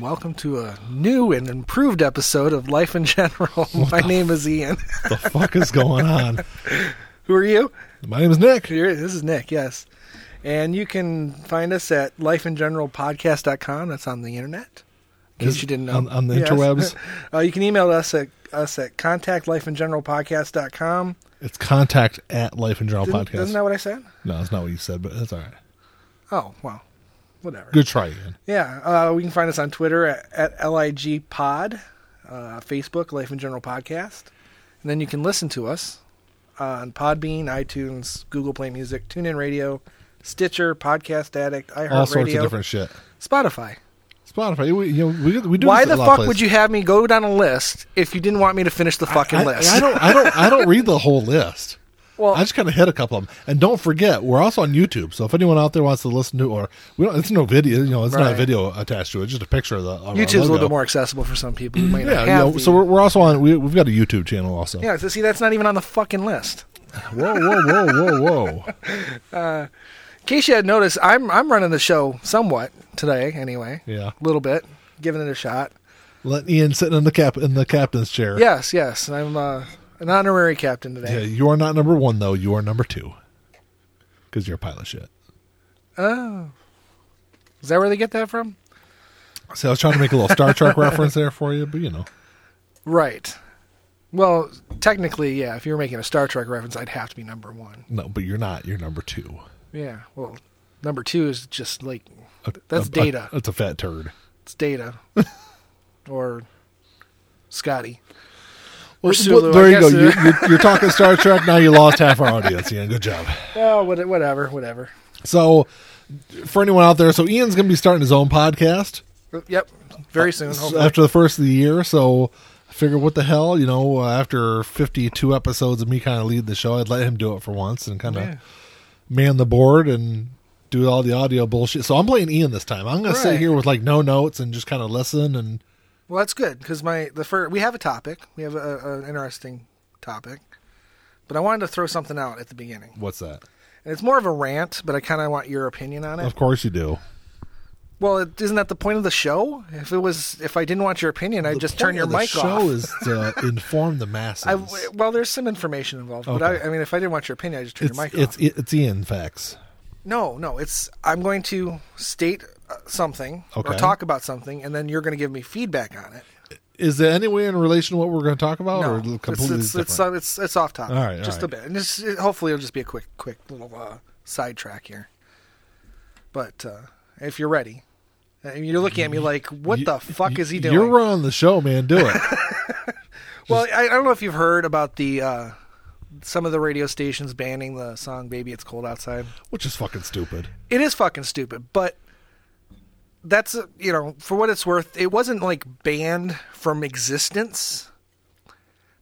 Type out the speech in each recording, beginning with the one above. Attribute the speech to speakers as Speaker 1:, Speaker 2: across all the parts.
Speaker 1: welcome to a new and improved episode of Life in General. My name is Ian.
Speaker 2: the fuck is going on?
Speaker 1: Who are you?
Speaker 2: My name is Nick.
Speaker 1: Here- This is Nick, yes. And you can find us at lifeingeneralpodcast.com. That's on the internet. In case
Speaker 2: Is-
Speaker 1: you didn't know.
Speaker 2: on- on the interwebs?
Speaker 1: uh, you can email us at us at contactlifeingeneralpodcast.com.
Speaker 2: It's contact at Life and Journal
Speaker 1: Didn't,
Speaker 2: Podcast.
Speaker 1: Isn't that what I said?
Speaker 2: no, that's not what you said, but that's all right.
Speaker 1: Oh, well, whatever.
Speaker 2: Good try, Ian.
Speaker 1: Yeah, uh, we can find us on Twitter at, at LIG Pod, uh, Facebook, Life in General Podcast. And then you can listen to us uh, on Podbean, iTunes, Google Play Music, TuneIn Radio, Stitcher, Podcast Addict,
Speaker 2: All sorts of
Speaker 1: iHeartRadio,
Speaker 2: different shit.
Speaker 1: Spotify.
Speaker 2: Spotify. We, you know, we, we do
Speaker 1: Why
Speaker 2: this at
Speaker 1: the
Speaker 2: a lot of
Speaker 1: fuck
Speaker 2: places.
Speaker 1: would you have me go down a list if you didn't want me to finish the fucking
Speaker 2: I,
Speaker 1: list?
Speaker 2: I don't. I don't. I don't read the whole list.
Speaker 1: Well-
Speaker 2: I just kind of hit a couple of them. And don't forget, we're also on YouTube. So if anyone out there wants to listen to, or we don't, it's no video. You know, it's not a
Speaker 1: Right.
Speaker 2: video attached to it. Just a picture of the of our
Speaker 1: YouTube's a little
Speaker 2: logo.
Speaker 1: bit more accessible for some people who might not
Speaker 2: Yeah. You
Speaker 1: have.
Speaker 2: know,
Speaker 1: the-
Speaker 2: so we're, we're also on. We, we've got a YouTube channel also.
Speaker 1: yeah, so see, that's not even on the fucking list.
Speaker 2: Whoa! Whoa! Whoa! Whoa! Whoa!
Speaker 1: In case you had noticed, I'm I'm running the show somewhat today, anyway.
Speaker 2: Yeah.
Speaker 1: a little bit, giving it a shot.
Speaker 2: Let Ian sit in the cap in the captain's chair.
Speaker 1: Yes, yes, I'm uh, an honorary captain
Speaker 2: Yeah,
Speaker 1: today.
Speaker 2: you are not number one though. You are number two because you're a pile of shit.
Speaker 1: Oh, is that where they get that from?
Speaker 2: So I was trying to make a little Star Trek reference there for you, but you know,
Speaker 1: Right. Well, technically, yeah. If you were making a Star Trek reference, I'd have to be number one.
Speaker 2: no, but you're not. You're number two.
Speaker 1: Yeah. Well, number two is just like
Speaker 2: A-
Speaker 1: That's
Speaker 2: a- a-
Speaker 1: data.
Speaker 2: That's a fat turd.
Speaker 1: it's Data or Scotty.
Speaker 2: Well,
Speaker 1: Sulu,
Speaker 2: there
Speaker 1: I
Speaker 2: you go.
Speaker 1: guess.
Speaker 2: You, you're, you're talking Star Trek now. You lost half our audience. Ian, good job.
Speaker 1: Oh, what- whatever, whatever.
Speaker 2: So for anyone out there, so Ian's going to be starting his own podcast
Speaker 1: Yep. Very soon.
Speaker 2: s-
Speaker 1: Hopefully.
Speaker 2: after the first of the year. So. I Figure what the hell, you know. Uh, after fifty-two episodes of me kind of lead the show, I'd let him do it for once and kind of
Speaker 1: Yeah.
Speaker 2: man the board and do all the audio bullshit. So I'm playing Ian this time. I'm going to sit
Speaker 1: Right.
Speaker 2: here with like no notes and just kind of listen and
Speaker 1: Well, that's good because my the first we have a topic. We have a, a, an interesting topic, but I wanted to throw something out at the beginning.
Speaker 2: what's that?
Speaker 1: And it's more of a rant, but I kind of want your opinion on it.
Speaker 2: Of course you do.
Speaker 1: Well, it, isn't that the point of the show? If it was, if I didn't want your opinion, I'd
Speaker 2: The
Speaker 1: just turn
Speaker 2: point
Speaker 1: your
Speaker 2: of the
Speaker 1: mic
Speaker 2: show
Speaker 1: off.
Speaker 2: is to inform the masses.
Speaker 1: I, well, there's some information involved, but
Speaker 2: Okay.
Speaker 1: I, I mean, if I didn't want your opinion, I just turn
Speaker 2: it's,
Speaker 1: your mic
Speaker 2: it's,
Speaker 1: off.
Speaker 2: it's Ian facts.
Speaker 1: No, no, it's I'm going to state uh, something or
Speaker 2: Okay.
Speaker 1: talk about something, and then you're going to give me feedback on it.
Speaker 2: Is there any way in relation to what we're going to talk about
Speaker 1: No,
Speaker 2: or completely
Speaker 1: it's, it's, it's,
Speaker 2: different?
Speaker 1: uh, it's, it's off topic.
Speaker 2: All right, all
Speaker 1: just a
Speaker 2: right.
Speaker 1: bit. And just, it, hopefully, it'll just be a quick, quick little uh, sidetrack here. But uh, if you're ready, uh, and you're looking at me like, "What the fuck is he doing?"
Speaker 2: You're running the show, man. Do it.
Speaker 1: Well, I, I don't know if you've heard about the uh, some of the radio stations banning the song "Baby It's Cold Outside."
Speaker 2: Which is fucking stupid.
Speaker 1: It is fucking stupid, but that's uh, you know, for what it's worth, it wasn't like banned from existence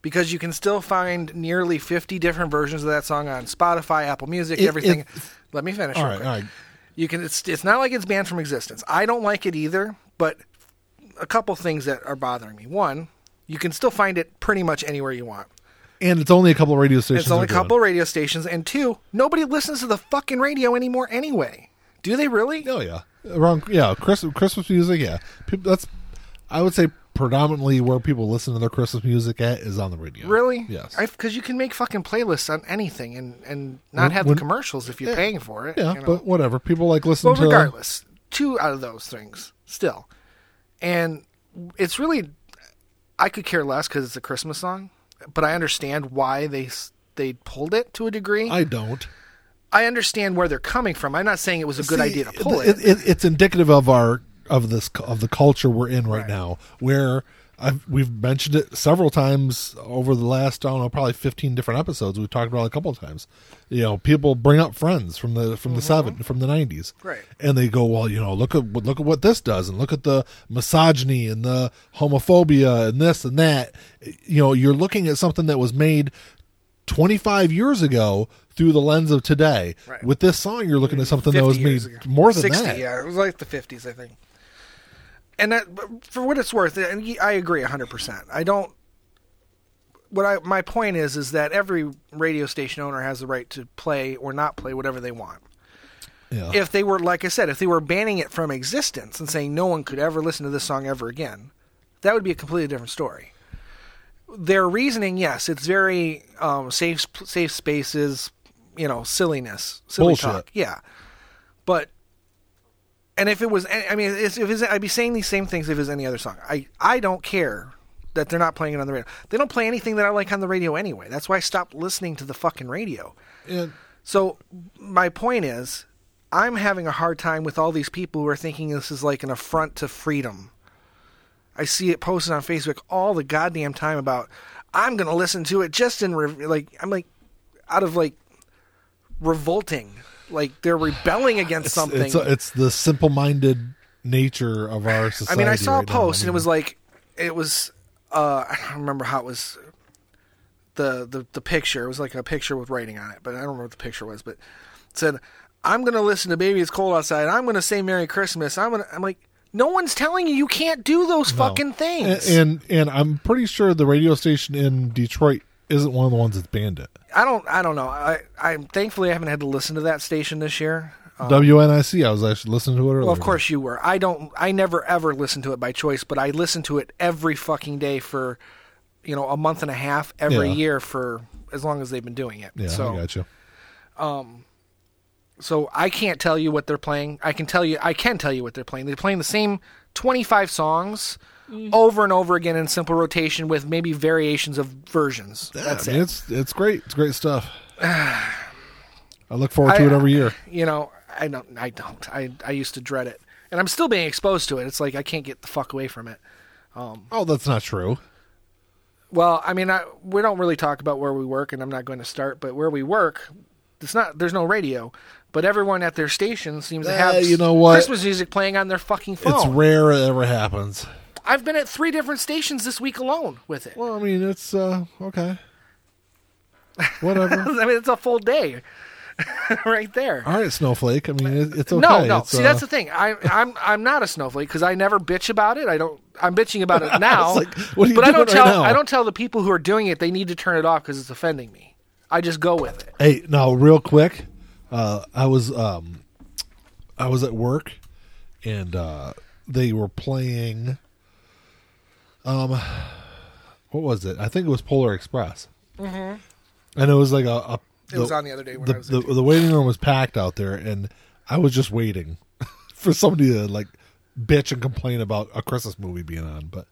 Speaker 1: because you can still find nearly 50 different versions of that song on Spotify, Apple Music,
Speaker 2: It-
Speaker 1: everything.
Speaker 2: it-
Speaker 1: Let me finish.
Speaker 2: All
Speaker 1: real
Speaker 2: right,
Speaker 1: quick.
Speaker 2: all right.
Speaker 1: You can. It's it's not like it's banned from existence. I don't like it either, but a couple things that are bothering me. One, you can still find it pretty much anywhere you want.
Speaker 2: And it's only a couple of radio stations.
Speaker 1: It's only
Speaker 2: are
Speaker 1: a
Speaker 2: doing
Speaker 1: couple radio stations, and two, nobody listens to the fucking radio anymore anyway. Do they really?
Speaker 2: Oh yeah, around yeah Christmas Christmas music. Yeah, people, that's I would say predominantly where people listen to their Christmas music at is on the radio.
Speaker 1: Really?
Speaker 2: Yes.
Speaker 1: Because you can make fucking playlists on anything and and not
Speaker 2: When-
Speaker 1: have
Speaker 2: when-
Speaker 1: the commercials if you're paying for it.
Speaker 2: yeah,
Speaker 1: you know?
Speaker 2: but whatever. People like listening
Speaker 1: well,
Speaker 2: to.
Speaker 1: regardless, two out of those things still, and it's really I could care less because it's a Christmas song, but I understand why they s- they pulled it to a degree. I,
Speaker 2: I don't.
Speaker 1: understand where they're coming from. I'm not saying it was a good
Speaker 2: See,
Speaker 1: idea to pull it.
Speaker 2: it, it. It's indicative of our of this of the culture we're in right, now, where I've, we've mentioned it several times over the last I don't know probably fifteen different episodes. We've talked about it a couple of times. You know, people bring up friends from the from the seven from the nineties,
Speaker 1: Mm-hmm. Right.
Speaker 2: And they go, well, you know, look at what- look at what this does, and look at the misogyny and the homophobia and this and that. You know, you're looking at something that was made 25 years ago through the lens of today.
Speaker 1: Right.
Speaker 2: With this song, you're looking at something that was
Speaker 1: 50
Speaker 2: made
Speaker 1: years ago.
Speaker 2: more than
Speaker 1: 60,
Speaker 2: that.
Speaker 1: Yeah, it was like the fifties, I think. And that, but for what it's worth, and y- I agree hundred percent. I don't. What I my point is is that every radio station owner has the right to play or not play whatever they want.
Speaker 2: Yeah.
Speaker 1: If they were, like I said, if they were banning it from existence and saying no one could ever listen to this song ever again, that would be a completely different story. Their reasoning, yes, it's very um, safe, safe spaces, you know, silliness, silly
Speaker 2: Bullshit.
Speaker 1: talk, yeah. But and if it was, I mean, if it was, I'd be saying these same things if it was any other song. I I don't care that they're not playing it on the radio. They don't play anything that I like on the radio anyway. That's why I stopped listening to the fucking radio.
Speaker 2: And
Speaker 1: So my point is, I'm having a hard time with all these people who are thinking this is like an affront to freedom. I see it posted on Facebook all the goddamn time about I'm going to listen to it just in re-, like I'm like out of like revolting, like they're rebelling against something.
Speaker 2: it's it's the simple minded nature of our
Speaker 1: I
Speaker 2: society.
Speaker 1: mean, I saw a
Speaker 2: right now.
Speaker 1: post
Speaker 2: I
Speaker 1: and it
Speaker 2: mean,
Speaker 1: was like it was uh I don't remember how it was the the the picture. It was like a picture with writing on it, but I don't remember what the picture was, but it said I'm going to listen to Baby It's Cold Outside. I'm going to say Merry Christmas. I'm going to I'm like no one's telling you you can't do those fucking things.
Speaker 2: and and I'm pretty sure the radio station in Detroit isn't one of the ones that's banned it.
Speaker 1: I don't I don't know. I I thankfully I haven't had to listen to that station this year. Uh,
Speaker 2: WNIC. I was actually listening to it earlier.
Speaker 1: well, of course you were. I don't I never ever listened to it by choice, but I listened to it every fucking day for you know, a month and a half every
Speaker 2: Yeah.
Speaker 1: year for as long as they've been doing it.
Speaker 2: Yeah,
Speaker 1: so
Speaker 2: I got you.
Speaker 1: so I can't tell you what they're playing. I can tell you I can tell you what they're playing. They're playing the same 25 songs over and over again in simple rotation with maybe variations of versions. That's
Speaker 2: I mean,
Speaker 1: it.
Speaker 2: It's it's great. It's great stuff. I look forward to
Speaker 1: I- uh,
Speaker 2: it every year.
Speaker 1: You know, I don't I don't. I I used to dread it. And I'm still being exposed to it. It's like I can't get the fuck away from it.
Speaker 2: Oh, that's not true.
Speaker 1: Well, I mean, I, we don't really talk about where we work, and I'm not going to start. But where we work, it's not. There's no radio, but everyone at their station seems to
Speaker 2: Uh,
Speaker 1: have
Speaker 2: you know what?
Speaker 1: Christmas music playing on their fucking phone.
Speaker 2: It's rare it ever happens.
Speaker 1: I've been at three different stations this week alone with it.
Speaker 2: Well, I mean, it's uh okay. Whatever.
Speaker 1: I mean, it's a full day, right there.
Speaker 2: All right, Snowflake. I mean, it, it's Uh, okay.
Speaker 1: No, no.
Speaker 2: It's,
Speaker 1: See,
Speaker 2: uh,
Speaker 1: that's the thing. I, I'm I'm not a snowflake because I never bitch about it. I don't. I'm bitching about it now.
Speaker 2: like, what are you
Speaker 1: but I
Speaker 2: doing
Speaker 1: don't
Speaker 2: right
Speaker 1: tell.
Speaker 2: now?
Speaker 1: I don't tell the people who are doing it they need to turn it off because it's offending me. I just go with it.
Speaker 2: Hey, now real quick, uh, I was um, I was at work, and uh, they were playing. Um, what was it? I think it was Polar Express. Mm-hmm. And it was like a. a
Speaker 1: It was on the other day when
Speaker 2: the,
Speaker 1: I was
Speaker 2: the,
Speaker 1: there, too.
Speaker 2: the waiting room was packed out there, and I was just waiting for somebody to like bitch and complain about a Christmas movie being on, but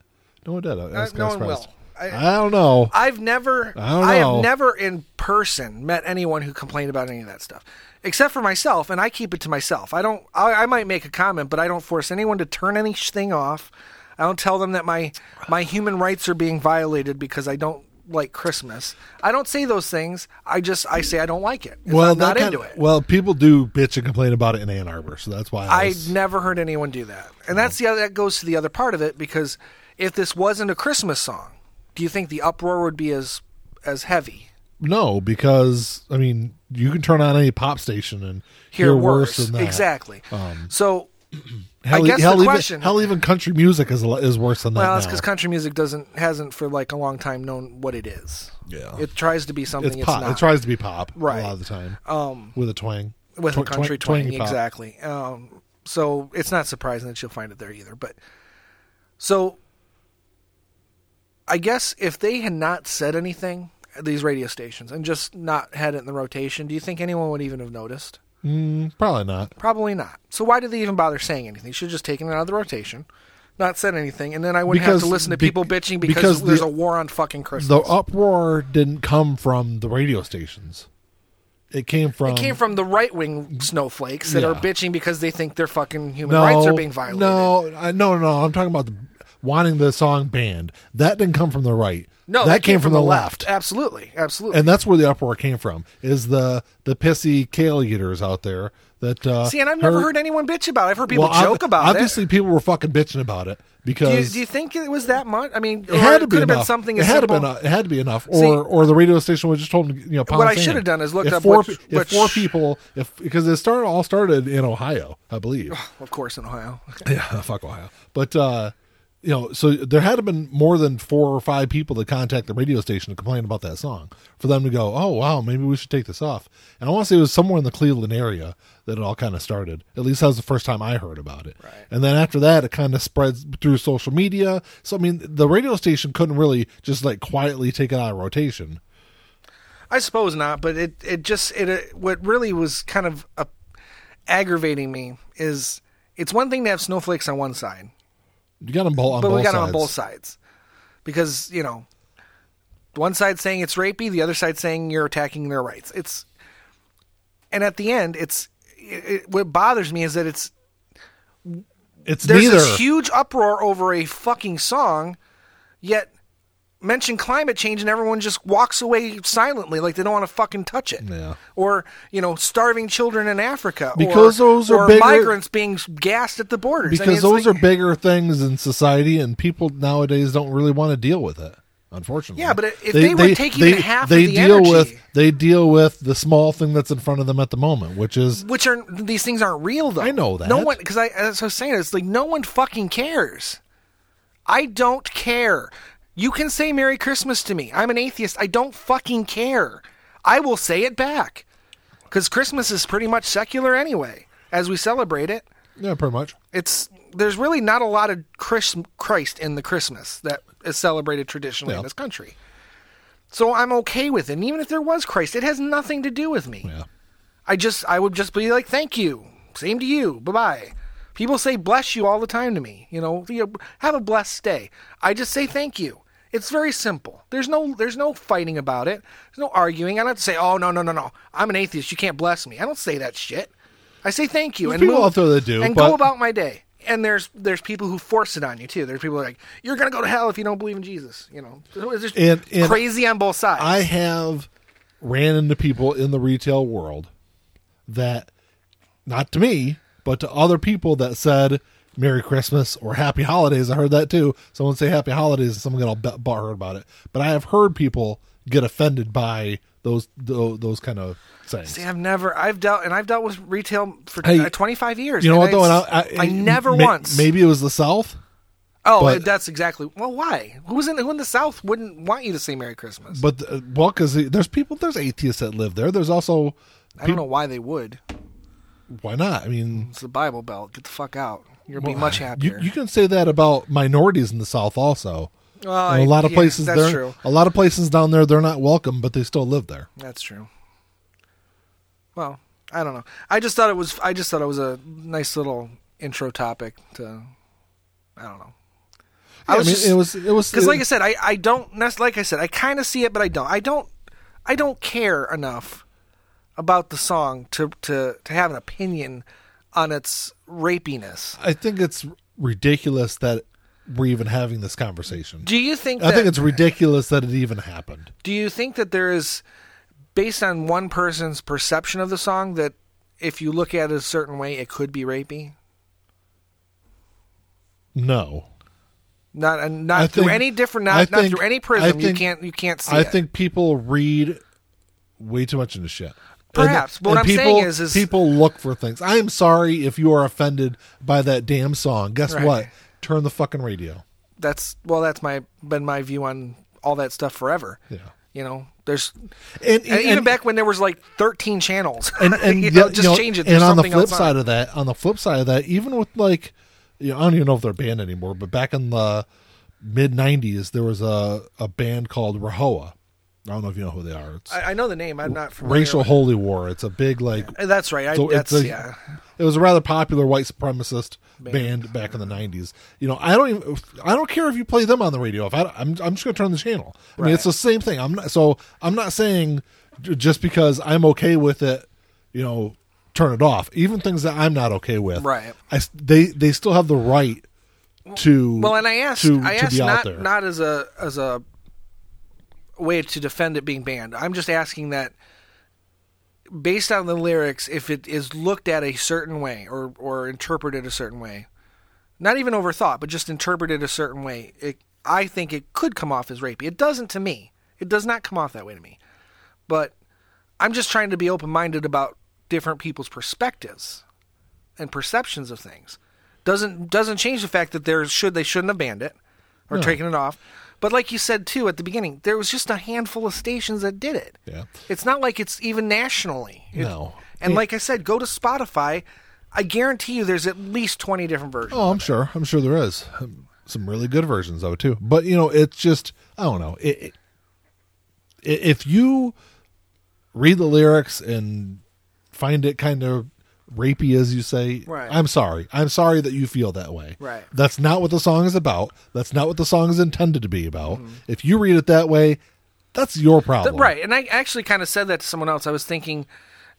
Speaker 2: no one did. I, I was
Speaker 1: Uh, no
Speaker 2: kind
Speaker 1: one will.
Speaker 2: surprised.
Speaker 1: I-
Speaker 2: I, don't know.
Speaker 1: I've never,
Speaker 2: I don't
Speaker 1: I, have
Speaker 2: know.
Speaker 1: never in person met anyone who complained about any of that stuff, except for myself, and I keep it to myself. I don't. I, I might make a comment, but I don't force anyone to turn anything off. I don't tell them that my my human rights are being violated because I don't like Christmas. I don't say those things. I just I say I don't like it. Well, I'm
Speaker 2: that
Speaker 1: not
Speaker 2: kind
Speaker 1: into
Speaker 2: of-
Speaker 1: it.
Speaker 2: Well, people do bitch and complain about it in Ann Arbor, so that's why I,
Speaker 1: I
Speaker 2: was,
Speaker 1: never heard anyone do that, and that's the other, that goes to the other part of it because if this wasn't a Christmas song, do you think the uproar would be as as heavy?
Speaker 2: no because I mean you can turn on any pop station and
Speaker 1: hear, worse,
Speaker 2: than that. Um,
Speaker 1: exactly. so, I
Speaker 2: Hell, e-
Speaker 1: guess
Speaker 2: hell,
Speaker 1: the
Speaker 2: even,
Speaker 1: question-
Speaker 2: hell, even country music is a lo- is worse than that.
Speaker 1: well, it's
Speaker 2: now.
Speaker 1: because country music doesn't hasn't for like a long time known what it is.
Speaker 2: Yeah.
Speaker 1: it tries to be something
Speaker 2: it's
Speaker 1: it's,
Speaker 2: pop.
Speaker 1: not.
Speaker 2: It tries to be pop
Speaker 1: Right.
Speaker 2: a lot of the time
Speaker 1: um,
Speaker 2: with a twang.
Speaker 1: with a
Speaker 2: Tw-
Speaker 1: country
Speaker 2: twang-
Speaker 1: twang,
Speaker 2: twangy pop.
Speaker 1: exactly. Um, so it's not surprising that you'll find it there either. But so, I guess if they had not said anything, these radio stations, and just not had it in the rotation, do you think anyone would even have noticed?
Speaker 2: Mm, probably not.
Speaker 1: Probably not. So why did they even bother saying anything? They should have just taken it out of the rotation, not said anything, and then I wouldn't
Speaker 2: Because-
Speaker 1: have to listen to
Speaker 2: be-
Speaker 1: people bitching because,
Speaker 2: because
Speaker 1: there's
Speaker 2: the-
Speaker 1: a war on fucking Christmas.
Speaker 2: The uproar didn't come from the radio stations. It came from
Speaker 1: it came from the right wing snowflakes that are
Speaker 2: um, Yeah.
Speaker 1: bitching because they think their fucking human rights are being violated.
Speaker 2: No, I, no, no. I'm talking about the, wanting the song banned. That didn't come from the right.
Speaker 1: No,
Speaker 2: that, came, from, the left.
Speaker 1: Absolutely, absolutely.
Speaker 2: and that's where the uproar came from. Is the the pissy kale eaters out there that uh,
Speaker 1: See, and I've never heard anyone bitch about. it. I've heard people
Speaker 2: well, ob-
Speaker 1: joke about
Speaker 2: Obviously, people were fucking bitching about it
Speaker 1: it. Do you,
Speaker 2: because
Speaker 1: do you think it was that much? I mean,
Speaker 2: it had to be
Speaker 1: could have
Speaker 2: enough.
Speaker 1: been something.
Speaker 2: it
Speaker 1: as
Speaker 2: had to
Speaker 1: simple-
Speaker 2: been. It had to be enough, or
Speaker 1: See-
Speaker 2: or the radio station would just told them, you know. Pound
Speaker 1: What I
Speaker 2: sand.
Speaker 1: should have done is looked
Speaker 2: if
Speaker 1: up
Speaker 2: four,
Speaker 1: what-
Speaker 2: pe-
Speaker 1: what-
Speaker 2: if four people, if because it started all started in Ohio, I believe.
Speaker 1: Of course, in Ohio.
Speaker 2: Yeah, fuck Ohio. But uh, you know, so there had to been more than four or five people to contact the radio station to complain about that song for them to go, oh wow, maybe we should take this off. And I want to say it was somewhere in the Cleveland area that it all kind of started. At least that was the first time I heard about it.
Speaker 1: Right.
Speaker 2: And then after that, it kind of spreads through social media. So I mean, the radio station couldn't really just like quietly take it out of rotation.
Speaker 1: I suppose not, but it it just it, it what really was kind of uh aggravating me is it's one thing to have snowflakes on one side,
Speaker 2: You got them both on
Speaker 1: but
Speaker 2: both
Speaker 1: we got
Speaker 2: sides.
Speaker 1: it on both sides because you know one side saying it's rapey, the other side saying you're attacking their rights. It's and at the end, it's it, it, what bothers me is that it's
Speaker 2: It's
Speaker 1: there's
Speaker 2: neither.
Speaker 1: this huge uproar over a fucking song, yet mention climate change and everyone just walks away silently like they don't want to fucking touch it.
Speaker 2: Yeah.
Speaker 1: Or, you know, starving children in Africa. or-
Speaker 2: Because those are
Speaker 1: or
Speaker 2: bigger-
Speaker 1: migrants being gassed at the borders.
Speaker 2: because those are bigger things in society, and people nowadays don't really want to deal with it. Unfortunately,
Speaker 1: Yeah, but if they were taking half of
Speaker 2: they
Speaker 1: the
Speaker 2: deal
Speaker 1: energy-
Speaker 2: with they deal with the small thing that's in front of them at the moment, which is
Speaker 1: which are these things aren't real though.
Speaker 2: I know
Speaker 1: No
Speaker 2: that.
Speaker 1: one because I as I was saying it's like no one fucking cares. I don't care. You can say Merry Christmas to me. I'm an atheist. I don't fucking care. I will say it back. Cuz Christmas is pretty much secular anyway as we celebrate it.
Speaker 2: yeah, pretty much.
Speaker 1: It's there's really not a lot of Chris, Christ in the Christmas that is celebrated traditionally
Speaker 2: Yeah.
Speaker 1: in this country. So I'm okay with it. And even if there was Christ, it has nothing to do with me.
Speaker 2: Yeah,
Speaker 1: I just I would just be like, thank you. Same to you. Bye bye. People say bless you all the time to me. You know, you know, have a blessed day. I just say thank you. It's very simple. There's no there's no fighting about it. There's no arguing. I don't have to say, oh no no no no. I'm an atheist. You can't bless me. I don't say that shit. I say thank you and
Speaker 2: people
Speaker 1: move,
Speaker 2: out there that do,
Speaker 1: and
Speaker 2: but-
Speaker 1: go about my day. And there's there's people who force it on you too. There's people like you're gonna go to hell if you don't believe in Jesus. You know, So it's just
Speaker 2: And- and
Speaker 1: crazy on both sides.
Speaker 2: I have ran into people in the retail world that, not to me, but to other people that said Merry Christmas or Happy Holidays. I heard that too. Someone say Happy Holidays and someone got all butt- butthurt about it. But I have heard people get offended by those tho- those kind of things.
Speaker 1: See, I've never, I've dealt, and I've dealt with retail for
Speaker 2: Hey,
Speaker 1: uh, 25 years.
Speaker 2: you know what
Speaker 1: and
Speaker 2: though? And
Speaker 1: I,
Speaker 2: I, I-
Speaker 1: I never
Speaker 2: may-
Speaker 1: once.
Speaker 2: Maybe it was the South,
Speaker 1: oh,
Speaker 2: but-
Speaker 1: that's exactly. Well, why? Who's in, who in the South wouldn't want you to say Merry Christmas?
Speaker 2: but uh, well, because there's people, there's atheists that live there. There's also
Speaker 1: I don't know why they would.
Speaker 2: why not? I mean,
Speaker 1: It's the Bible Belt. Get the fuck out. You'll be
Speaker 2: Well,
Speaker 1: much
Speaker 2: you-
Speaker 1: happier.
Speaker 2: You, can say that about minorities in the South also.
Speaker 1: Well,
Speaker 2: In a lot of
Speaker 1: yeah,
Speaker 2: places
Speaker 1: that's
Speaker 2: they're
Speaker 1: true.
Speaker 2: a lot of places down there they're not welcome, but they still live there.
Speaker 1: That's true. Well, I don't know. I just thought it was. I just thought it was a nice little intro topic to. I don't know.
Speaker 2: Yeah, I, mean, it was it was
Speaker 1: because
Speaker 2: it-
Speaker 1: like i said i, I don't that's like i said i kind of see it but i don't i don't i don't care enough about the song to to to have an opinion on its rapiness
Speaker 2: I think it's ridiculous that we're even having this conversation.
Speaker 1: do you think
Speaker 2: I
Speaker 1: that,
Speaker 2: think it's ridiculous that it even happened.
Speaker 1: do you think that there is based on one person's perception of the song that if you look at it a certain way it could be rapey
Speaker 2: No.
Speaker 1: not and
Speaker 2: I
Speaker 1: not through
Speaker 2: think-
Speaker 1: any different
Speaker 2: I
Speaker 1: not, not
Speaker 2: think-
Speaker 1: through any
Speaker 2: I
Speaker 1: prism you
Speaker 2: think-
Speaker 1: can't you can't see
Speaker 2: I
Speaker 1: it.
Speaker 2: think people read way too much into shit.
Speaker 1: Perhaps, but what I'm
Speaker 2: people,
Speaker 1: saying is- is-
Speaker 2: people look for things. I am sorry if you are offended by that damn song. Guess
Speaker 1: Right.
Speaker 2: what? Turn the fucking radio.
Speaker 1: that's well that's my been my view on all that stuff forever
Speaker 2: Yeah.
Speaker 1: you know there's
Speaker 2: And,
Speaker 1: And even
Speaker 2: and-
Speaker 1: back when there was like 13 channels
Speaker 2: and and
Speaker 1: you know,
Speaker 2: yet,
Speaker 1: just
Speaker 2: you know,
Speaker 1: change it
Speaker 2: And
Speaker 1: there's
Speaker 2: on the
Speaker 1: something
Speaker 2: flip
Speaker 1: else
Speaker 2: side of that, on the flip side of that, even with like, you know, I don't even know if they're banned anymore, but back in the mid '90s, there was a a band called Rahoa. I don't know if you know who they are. It's
Speaker 1: I, I know the name i'm not familiar
Speaker 2: racial
Speaker 1: with-
Speaker 2: holy war. It's a big like.
Speaker 1: that's right I,
Speaker 2: so it's
Speaker 1: that's
Speaker 2: a-
Speaker 1: yeah
Speaker 2: It was a rather popular white supremacist band, back in the '90s. You know, I don't even, I don't care if you play them on the radio. If I, I'm, I'm just going to turn the channel. I mean, it's the same thing. I'm not, so I'm not saying j- just because I'm okay with it, you know, turn it off. Even things that I'm not okay with,
Speaker 1: Right.
Speaker 2: I s they they still have the right to
Speaker 1: well and i asked
Speaker 2: to,
Speaker 1: i
Speaker 2: to
Speaker 1: asked
Speaker 2: be out
Speaker 1: not
Speaker 2: there.
Speaker 1: not as a as a way to defend it being banned i'm just asking that based on the lyrics if it is looked at a certain way or or interpreted a certain way not even overthought but just interpreted a certain way it, i think it could come off as rapey it doesn't to me it does not come off that way to me but i'm just trying to be open-minded about different people's perspectives and perceptions of things doesn't doesn't change the fact that there should they shouldn't have banned it or taken it off. But like you said too at the beginning, there was just a handful of stations that did it.
Speaker 2: Yeah.
Speaker 1: It's not like it's even nationally. It-
Speaker 2: No.
Speaker 1: and like I said, go to Spotify. I guarantee you, there's at least twenty different versions.
Speaker 2: Oh, I'm sure. I'm sure there is Um, some really good versions of it too. But you know, it's just I don't know. It, it, i- if you read the lyrics and find it kind of rapey, as you say,
Speaker 1: Right.
Speaker 2: I'm sorry. I'm sorry that you feel that way.
Speaker 1: Right.
Speaker 2: That's not what the song is about. That's not what the song is intended to be about. If you read it that way, that's your problem.
Speaker 1: Mm-hmm. Uh, Right. And I actually kind of said that to someone else. I was thinking,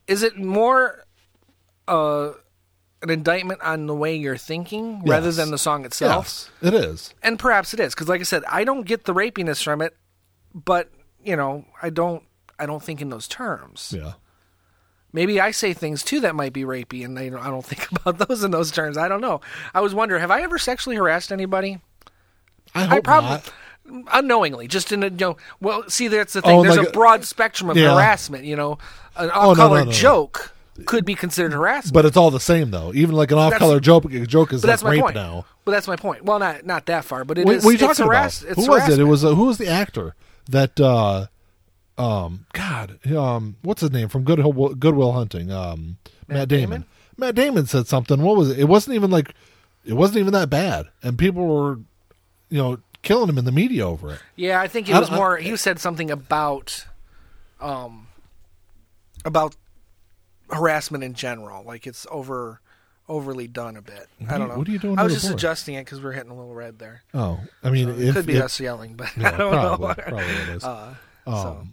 Speaker 1: is it more uh, an indictment on the way you're thinking rather
Speaker 2: Yes.
Speaker 1: than the song itself?
Speaker 2: Yes, it is.
Speaker 1: And perhaps it is because, like I said, I don't get the rapiness from it, but you know, I don't. I don't think in those terms.
Speaker 2: Yeah.
Speaker 1: Maybe I say things too that might be rapey, and I don't, I don't think about those in those terms. I don't know. I was wondering, have I ever sexually harassed anybody?
Speaker 2: I hope
Speaker 1: I probably
Speaker 2: not.
Speaker 1: unknowingly, just in a you know. Well, see, that's the
Speaker 2: Oh,
Speaker 1: thing. There's
Speaker 2: like-
Speaker 1: a broad spectrum of
Speaker 2: Yeah. Oh,
Speaker 1: harassment. You know, an
Speaker 2: no,
Speaker 1: off-color
Speaker 2: no, no.
Speaker 1: joke could be considered harassment.
Speaker 2: But it's all the same though. Even like an off-color joke, joke is
Speaker 1: But that's
Speaker 2: like
Speaker 1: my
Speaker 2: rape
Speaker 1: point.
Speaker 2: now.
Speaker 1: But that's my point. Well, not not that far, but it is.
Speaker 2: What, what are you
Speaker 1: it's
Speaker 2: talking
Speaker 1: harass-
Speaker 2: about?
Speaker 1: It's
Speaker 2: who was it? It
Speaker 1: harassment.
Speaker 2: was uh, who was the actor that? uh Um, God, um, what's his name from Good Goodwill Hunting? Um, Matt, Damon.
Speaker 1: Damon?
Speaker 2: Matt Damon said something. What was it? It wasn't even like it wasn't even that bad, and people were, you know, killing him in the media over it.
Speaker 1: Yeah, I think it
Speaker 2: I
Speaker 1: was
Speaker 2: don't- I-
Speaker 1: more. You said something about, um, about harassment in general. Like it's over, overly done a bit. I
Speaker 2: do
Speaker 1: don't
Speaker 2: you-
Speaker 1: know.
Speaker 2: what are you doing
Speaker 1: I was
Speaker 2: to the
Speaker 1: just
Speaker 2: board?
Speaker 1: adjusting it because we are hitting a little red there.
Speaker 2: Oh, I mean,
Speaker 1: It
Speaker 2: if,
Speaker 1: could be
Speaker 2: if-
Speaker 1: us yelling, but
Speaker 2: yeah,
Speaker 1: I don't
Speaker 2: probably,
Speaker 1: know. Uh,
Speaker 2: probably it is. um,
Speaker 1: so.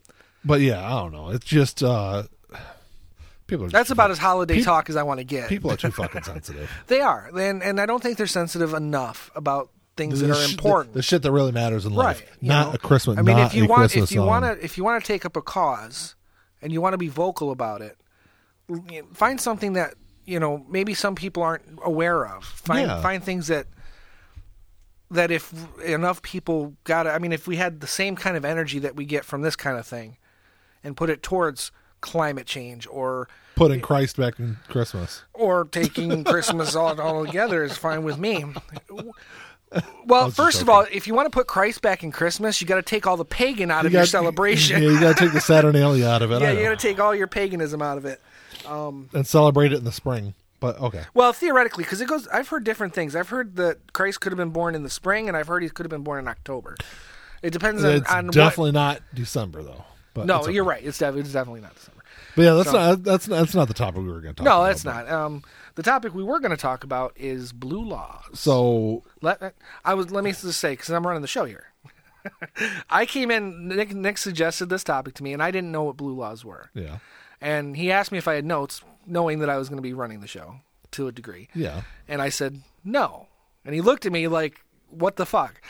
Speaker 2: But yeah, I don't know. It's just uh people are.
Speaker 1: That's
Speaker 2: just-
Speaker 1: about as holiday
Speaker 2: Peop-
Speaker 1: talk as I want to get.
Speaker 2: people are too fucking sensitive.
Speaker 1: They are, and and I don't think they're sensitive enough about things that are
Speaker 2: sh-
Speaker 1: important.
Speaker 2: The, shit that really matters in life,
Speaker 1: right? you
Speaker 2: not
Speaker 1: know?
Speaker 2: a Christmas.
Speaker 1: I mean,
Speaker 2: not
Speaker 1: if you
Speaker 2: a
Speaker 1: want,
Speaker 2: Christmas
Speaker 1: if you
Speaker 2: song.
Speaker 1: want to, if you want to take up a cause, and you want to be vocal about it, l- you know, find something that you know maybe some people aren't aware of. Find
Speaker 2: Yeah.
Speaker 1: find things that that if enough people got it, I mean, if we had the same kind of energy that we get from this kind of thing, and put it towards climate change or
Speaker 2: putting Christ back in Christmas.
Speaker 1: or taking Christmas all, all together is fine with me. Well,
Speaker 2: just
Speaker 1: first of
Speaker 2: joking.
Speaker 1: all, if you want to put Christ back in Christmas, you got to take all the pagan out of your
Speaker 2: gotta-
Speaker 1: celebration.
Speaker 2: Yeah, you got to take the Saturnalia out of it.
Speaker 1: yeah,
Speaker 2: I
Speaker 1: you
Speaker 2: know.
Speaker 1: got to take all your paganism out of it.
Speaker 2: and celebrate it in the spring. But okay,
Speaker 1: Well, theoretically, because it goes. I've heard different things. I've heard that Christ could have been born in the spring, and I've heard he could have been born in October. It depends on,
Speaker 2: it's
Speaker 1: on
Speaker 2: definitely not December though. But
Speaker 1: what. No,
Speaker 2: it's okay.
Speaker 1: you're right. It's, def- it's definitely not December.
Speaker 2: But yeah, that's not that's not, that's not the topic we were going to talk.
Speaker 1: No,
Speaker 2: about,
Speaker 1: that's
Speaker 2: but-
Speaker 1: not. Um, the topic we were going to talk about is blue laws.
Speaker 2: So
Speaker 1: Let I was. Let me just say, because I'm running the show here. I came in. Nick, Nick suggested this topic to me, and I didn't know what blue laws were.
Speaker 2: yeah,
Speaker 1: And he asked me if I had notes, knowing that I was going to be running the show to a degree.
Speaker 2: yeah,
Speaker 1: And I said no. And he looked at me like, "What the fuck?"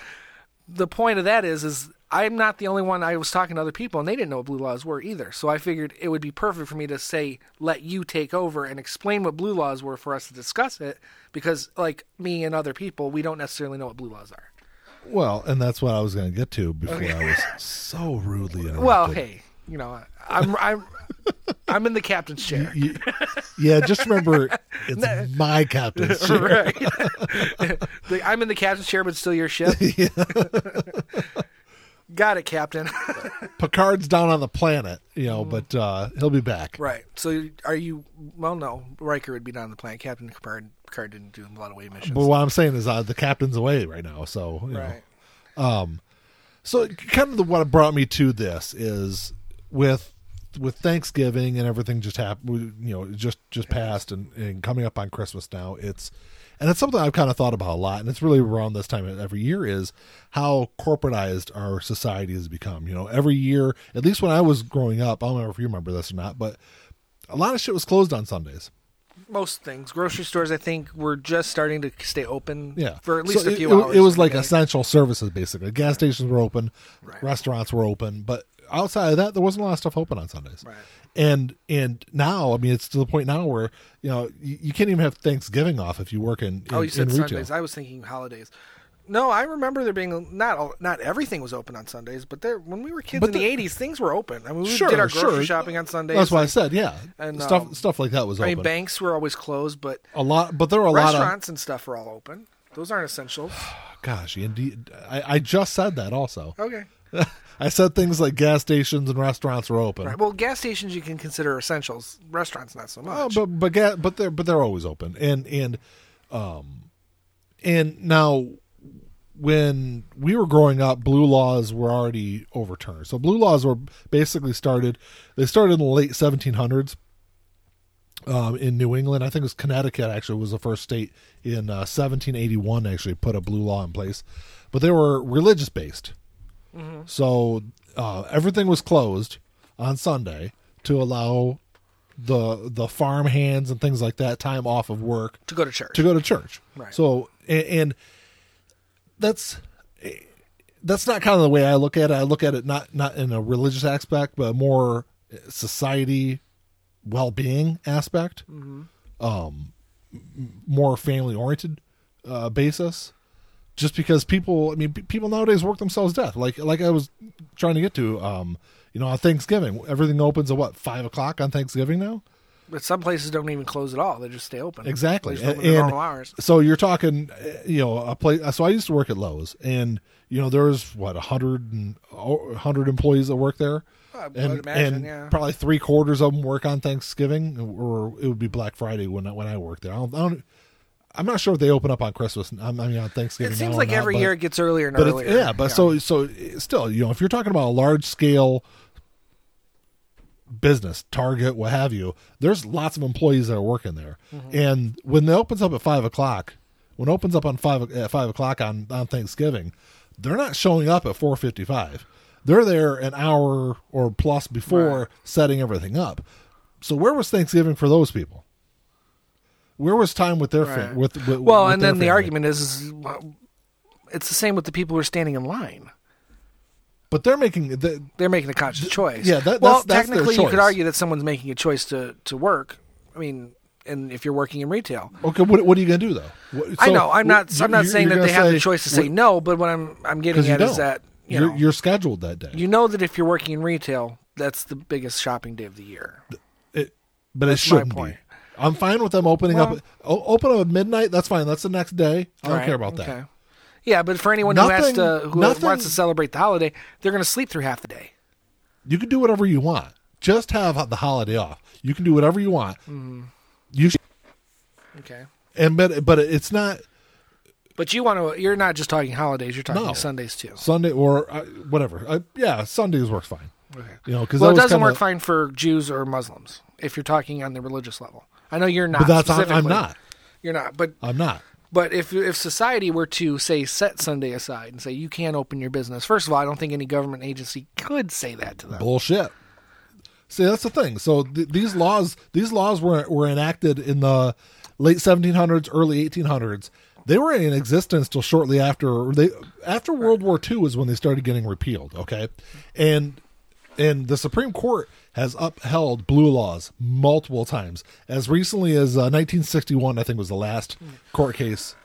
Speaker 1: The point of that is, is I'm not the only one. I was talking to other people, and they didn't know what blue laws were either. So I figured it would be perfect for me to say, "Let you take over and explain what blue laws were for us to discuss it," because like me and other people, we don't necessarily know what blue laws are.
Speaker 2: well, and that's what I was going to get to before I was so rudely interrupted.
Speaker 1: Well, hey, you know, I'm I'm I'm in the captain's chair.
Speaker 2: You- yeah, just remember it's my captain.
Speaker 1: right. The- I'm in the captain's chair, but still your ship. Got it, Captain.
Speaker 2: Picard's down on the planet, you know, but uh, he'll be back.
Speaker 1: Mm-hmm. right. So are you? Well, no. Riker would be down on the planet. Captain Picard, Picard didn't do a lot of away missions.
Speaker 2: But what I'm saying is uh, the captain's away right now, so you know.
Speaker 1: right.
Speaker 2: So kind of the, what brought me to this is with with Thanksgiving and everything just happened, you know, just just passed and, and coming up on Christmas now. It's and it's something I've kind of thought about a lot, and it's really around this time every year is how corporatized our society has become. You know, every year, at least when I was growing up, I don't remember if you remember this or not, but a lot of shit was closed on Sundays.
Speaker 1: Most things, grocery stores, I think, were just starting to stay open.
Speaker 2: Yeah,
Speaker 1: For at
Speaker 2: So
Speaker 1: least a
Speaker 2: it-
Speaker 1: few
Speaker 2: it,
Speaker 1: hours.
Speaker 2: It was like
Speaker 1: a
Speaker 2: essential services, basically. Gas stations were open, restaurants were open, but outside of that, there wasn't a lot of stuff open on Sundays.
Speaker 1: Right.
Speaker 2: And and now, I mean, it's to the point now where you know you, you can't even have Thanksgiving off if you work in, in
Speaker 1: Oh, you said
Speaker 2: in retail.
Speaker 1: Sundays. I was thinking holidays. No, I remember there being not all- not everything was open on Sundays, but there when we were kids
Speaker 2: But
Speaker 1: in the,
Speaker 2: the-
Speaker 1: '80s, things were open. I mean, we
Speaker 2: Sure,
Speaker 1: did our grocery
Speaker 2: sure.
Speaker 1: shopping on Sundays.
Speaker 2: That's why I said, yeah,
Speaker 1: And,
Speaker 2: stuff
Speaker 1: um,
Speaker 2: stuff like that was
Speaker 1: I
Speaker 2: open.
Speaker 1: mean, banks were always closed, but
Speaker 2: a lot, but there were a lot of
Speaker 1: restaurants and stuff were all open. Those aren't essentials.
Speaker 2: gosh. Indeed, I, I just said that also.
Speaker 1: Okay.
Speaker 2: I said things like gas stations and restaurants were open.
Speaker 1: Right. Well, gas stations you can consider essentials. Restaurants not so
Speaker 2: Oh,
Speaker 1: much.
Speaker 2: but but ga- but they're but they're always open. And and um and now when we were growing up, blue laws were already overturned. So blue laws were basically started they started in the late 1700s um, in New England. I think it was Connecticut actually was the first state in uh, 1781 actually put a blue law in place. But they were religious based. So uh, everything was closed on Sunday to allow the the farm hands and things like that time off of work
Speaker 1: to go to church.
Speaker 2: to go to church.
Speaker 1: Right.
Speaker 2: So and, and that's that's not kind of the way I look at it. I look at it not not in a religious aspect, but more society well being aspect, um, m- more family oriented uh, basis. Just because people, I mean, p- people nowadays work themselves to death. Like like I was trying to get to, um, you know, on Thanksgiving, everything opens at what five o'clock on Thanksgiving now.
Speaker 1: But some places don't even close at all. They just stay open.
Speaker 2: Exactly.
Speaker 1: They just open
Speaker 2: And-
Speaker 1: their normal hours.
Speaker 2: So you're talking, uh, you know, a place. So I used to work at Lowe's, and you know, there was what a hundred and oh, a hundred employees that work there,
Speaker 1: I would
Speaker 2: and,
Speaker 1: imagine,
Speaker 2: and
Speaker 1: yeah.
Speaker 2: probably three quarters of them work on Thanksgiving, or it would be Black Friday when I- when I worked there. I don't. I don't I'm not sure if they open up on Christmas. I mean, on Thanksgiving.
Speaker 1: It
Speaker 2: now
Speaker 1: seems
Speaker 2: or
Speaker 1: like
Speaker 2: not,
Speaker 1: every
Speaker 2: but-
Speaker 1: year it gets earlier and
Speaker 2: but
Speaker 1: earlier.
Speaker 2: It's, yeah, but so so it- still, you know, if you're talking about a large scale business, Target, what have you, there's lots of employees that are working there,
Speaker 1: Mm-hmm.
Speaker 2: and when it opens up at five o'clock, when it opens up on five o- at five o'clock on on Thanksgiving, they're not showing up at four fifty five. They're there an hour or plus before setting everything up. So where was Thanksgiving for those people? Where was time with their fa-
Speaker 1: Right.
Speaker 2: with, with
Speaker 1: Well,
Speaker 2: with
Speaker 1: and
Speaker 2: their
Speaker 1: then the
Speaker 2: family?
Speaker 1: argument is, is well, it's the same with the people who are standing in line.
Speaker 2: But they're making the,
Speaker 1: They're making a conscious choice.
Speaker 2: yeah, that-
Speaker 1: well,
Speaker 2: that's- that's their
Speaker 1: technically, you could
Speaker 2: choice.
Speaker 1: argue that someone's making a choice to to work. I mean, and if you're working in retail,
Speaker 2: Okay, what, what are you going to do though? What,
Speaker 1: I
Speaker 2: so
Speaker 1: know I'm not.
Speaker 2: you-
Speaker 1: I'm not
Speaker 2: you're-
Speaker 1: saying
Speaker 2: you're
Speaker 1: that
Speaker 2: gonna
Speaker 1: they have the
Speaker 2: say-
Speaker 1: choice to say no. But what I'm I'm getting
Speaker 2: 'cause you
Speaker 1: at is
Speaker 2: don't.
Speaker 1: that you
Speaker 2: you're,
Speaker 1: know,
Speaker 2: you're scheduled that day.
Speaker 1: you know that if you're working in retail, that's the biggest shopping day of the year.
Speaker 2: It- but it
Speaker 1: my
Speaker 2: shouldn't
Speaker 1: point.
Speaker 2: be. I'm fine with them opening
Speaker 1: Well-
Speaker 2: up. o- Open up at midnight. That's fine. That's the next day. I don't
Speaker 1: Right,
Speaker 2: care about that.
Speaker 1: okay. Yeah, but for anyone who has
Speaker 2: Nothing-
Speaker 1: to who
Speaker 2: nothing-
Speaker 1: wants to celebrate the holiday, they're going to sleep through half the day.
Speaker 2: You can do whatever you want. Just have the holiday off. You can do whatever you want.
Speaker 1: Mm.
Speaker 2: You should,
Speaker 1: Okay.
Speaker 2: and but but it's not
Speaker 1: But you want to you're not just talking holidays, you're talking
Speaker 2: No.
Speaker 1: Sundays too.
Speaker 2: Sunday or uh, whatever. Uh, yeah, Sundays works fine.
Speaker 1: Okay.
Speaker 2: You know because
Speaker 1: Well, it doesn't work fine for Jews or Muslims if you're talking on the religious level. I know you're not.
Speaker 2: But that's I'm, I'm
Speaker 1: specifically.
Speaker 2: not.
Speaker 1: You're not. But
Speaker 2: I'm not.
Speaker 1: but if if society were to say set Sunday aside and say you can't open your business, first of all, I don't think any government agency could say that to them.
Speaker 2: Bullshit. See, that's the thing. So th- these laws, these laws were were enacted in the late 1700s, early 1800s. They were in existence till shortly after they after World War II is when they started getting repealed. Okay, and and the Supreme Court has upheld blue laws multiple times. As recently as uh, 1961, I think was the last court case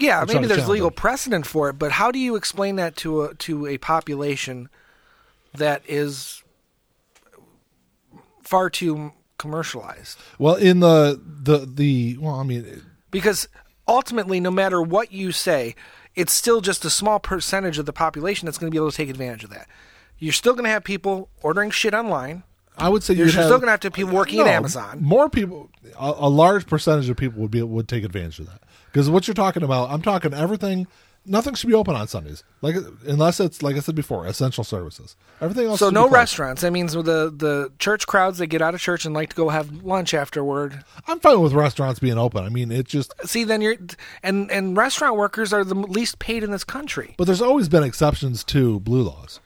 Speaker 1: Yeah,
Speaker 2: trying
Speaker 1: maybe
Speaker 2: to
Speaker 1: there's
Speaker 2: challenge
Speaker 1: legal
Speaker 2: them.
Speaker 1: precedent for it, but how do you explain that to a to a population that is far too commercialized?
Speaker 2: Well, in the the the well, I mean,
Speaker 1: Because ultimately, no matter what you say, it's still just a small percentage of the population that's going to be able to take advantage of that. You're still going to have people ordering shit online.
Speaker 2: I would say
Speaker 1: You're
Speaker 2: you'd
Speaker 1: still
Speaker 2: have-
Speaker 1: going to have to be working at
Speaker 2: No,
Speaker 1: Amazon.
Speaker 2: More people, a, a large percentage of people would be would take advantage of that because what you're talking about, I'm talking everything. Nothing should be open on Sundays, like unless it's like I said before, essential services. Everything else.
Speaker 1: So
Speaker 2: should be
Speaker 1: no
Speaker 2: closed.
Speaker 1: restaurants. That means the the church crowds that get out of church and like to go have lunch afterward.
Speaker 2: I'm fine with restaurants being open. I mean, it just.
Speaker 1: See, then you're and and restaurant workers are the least paid in this country.
Speaker 2: But there's always been exceptions to blue laws.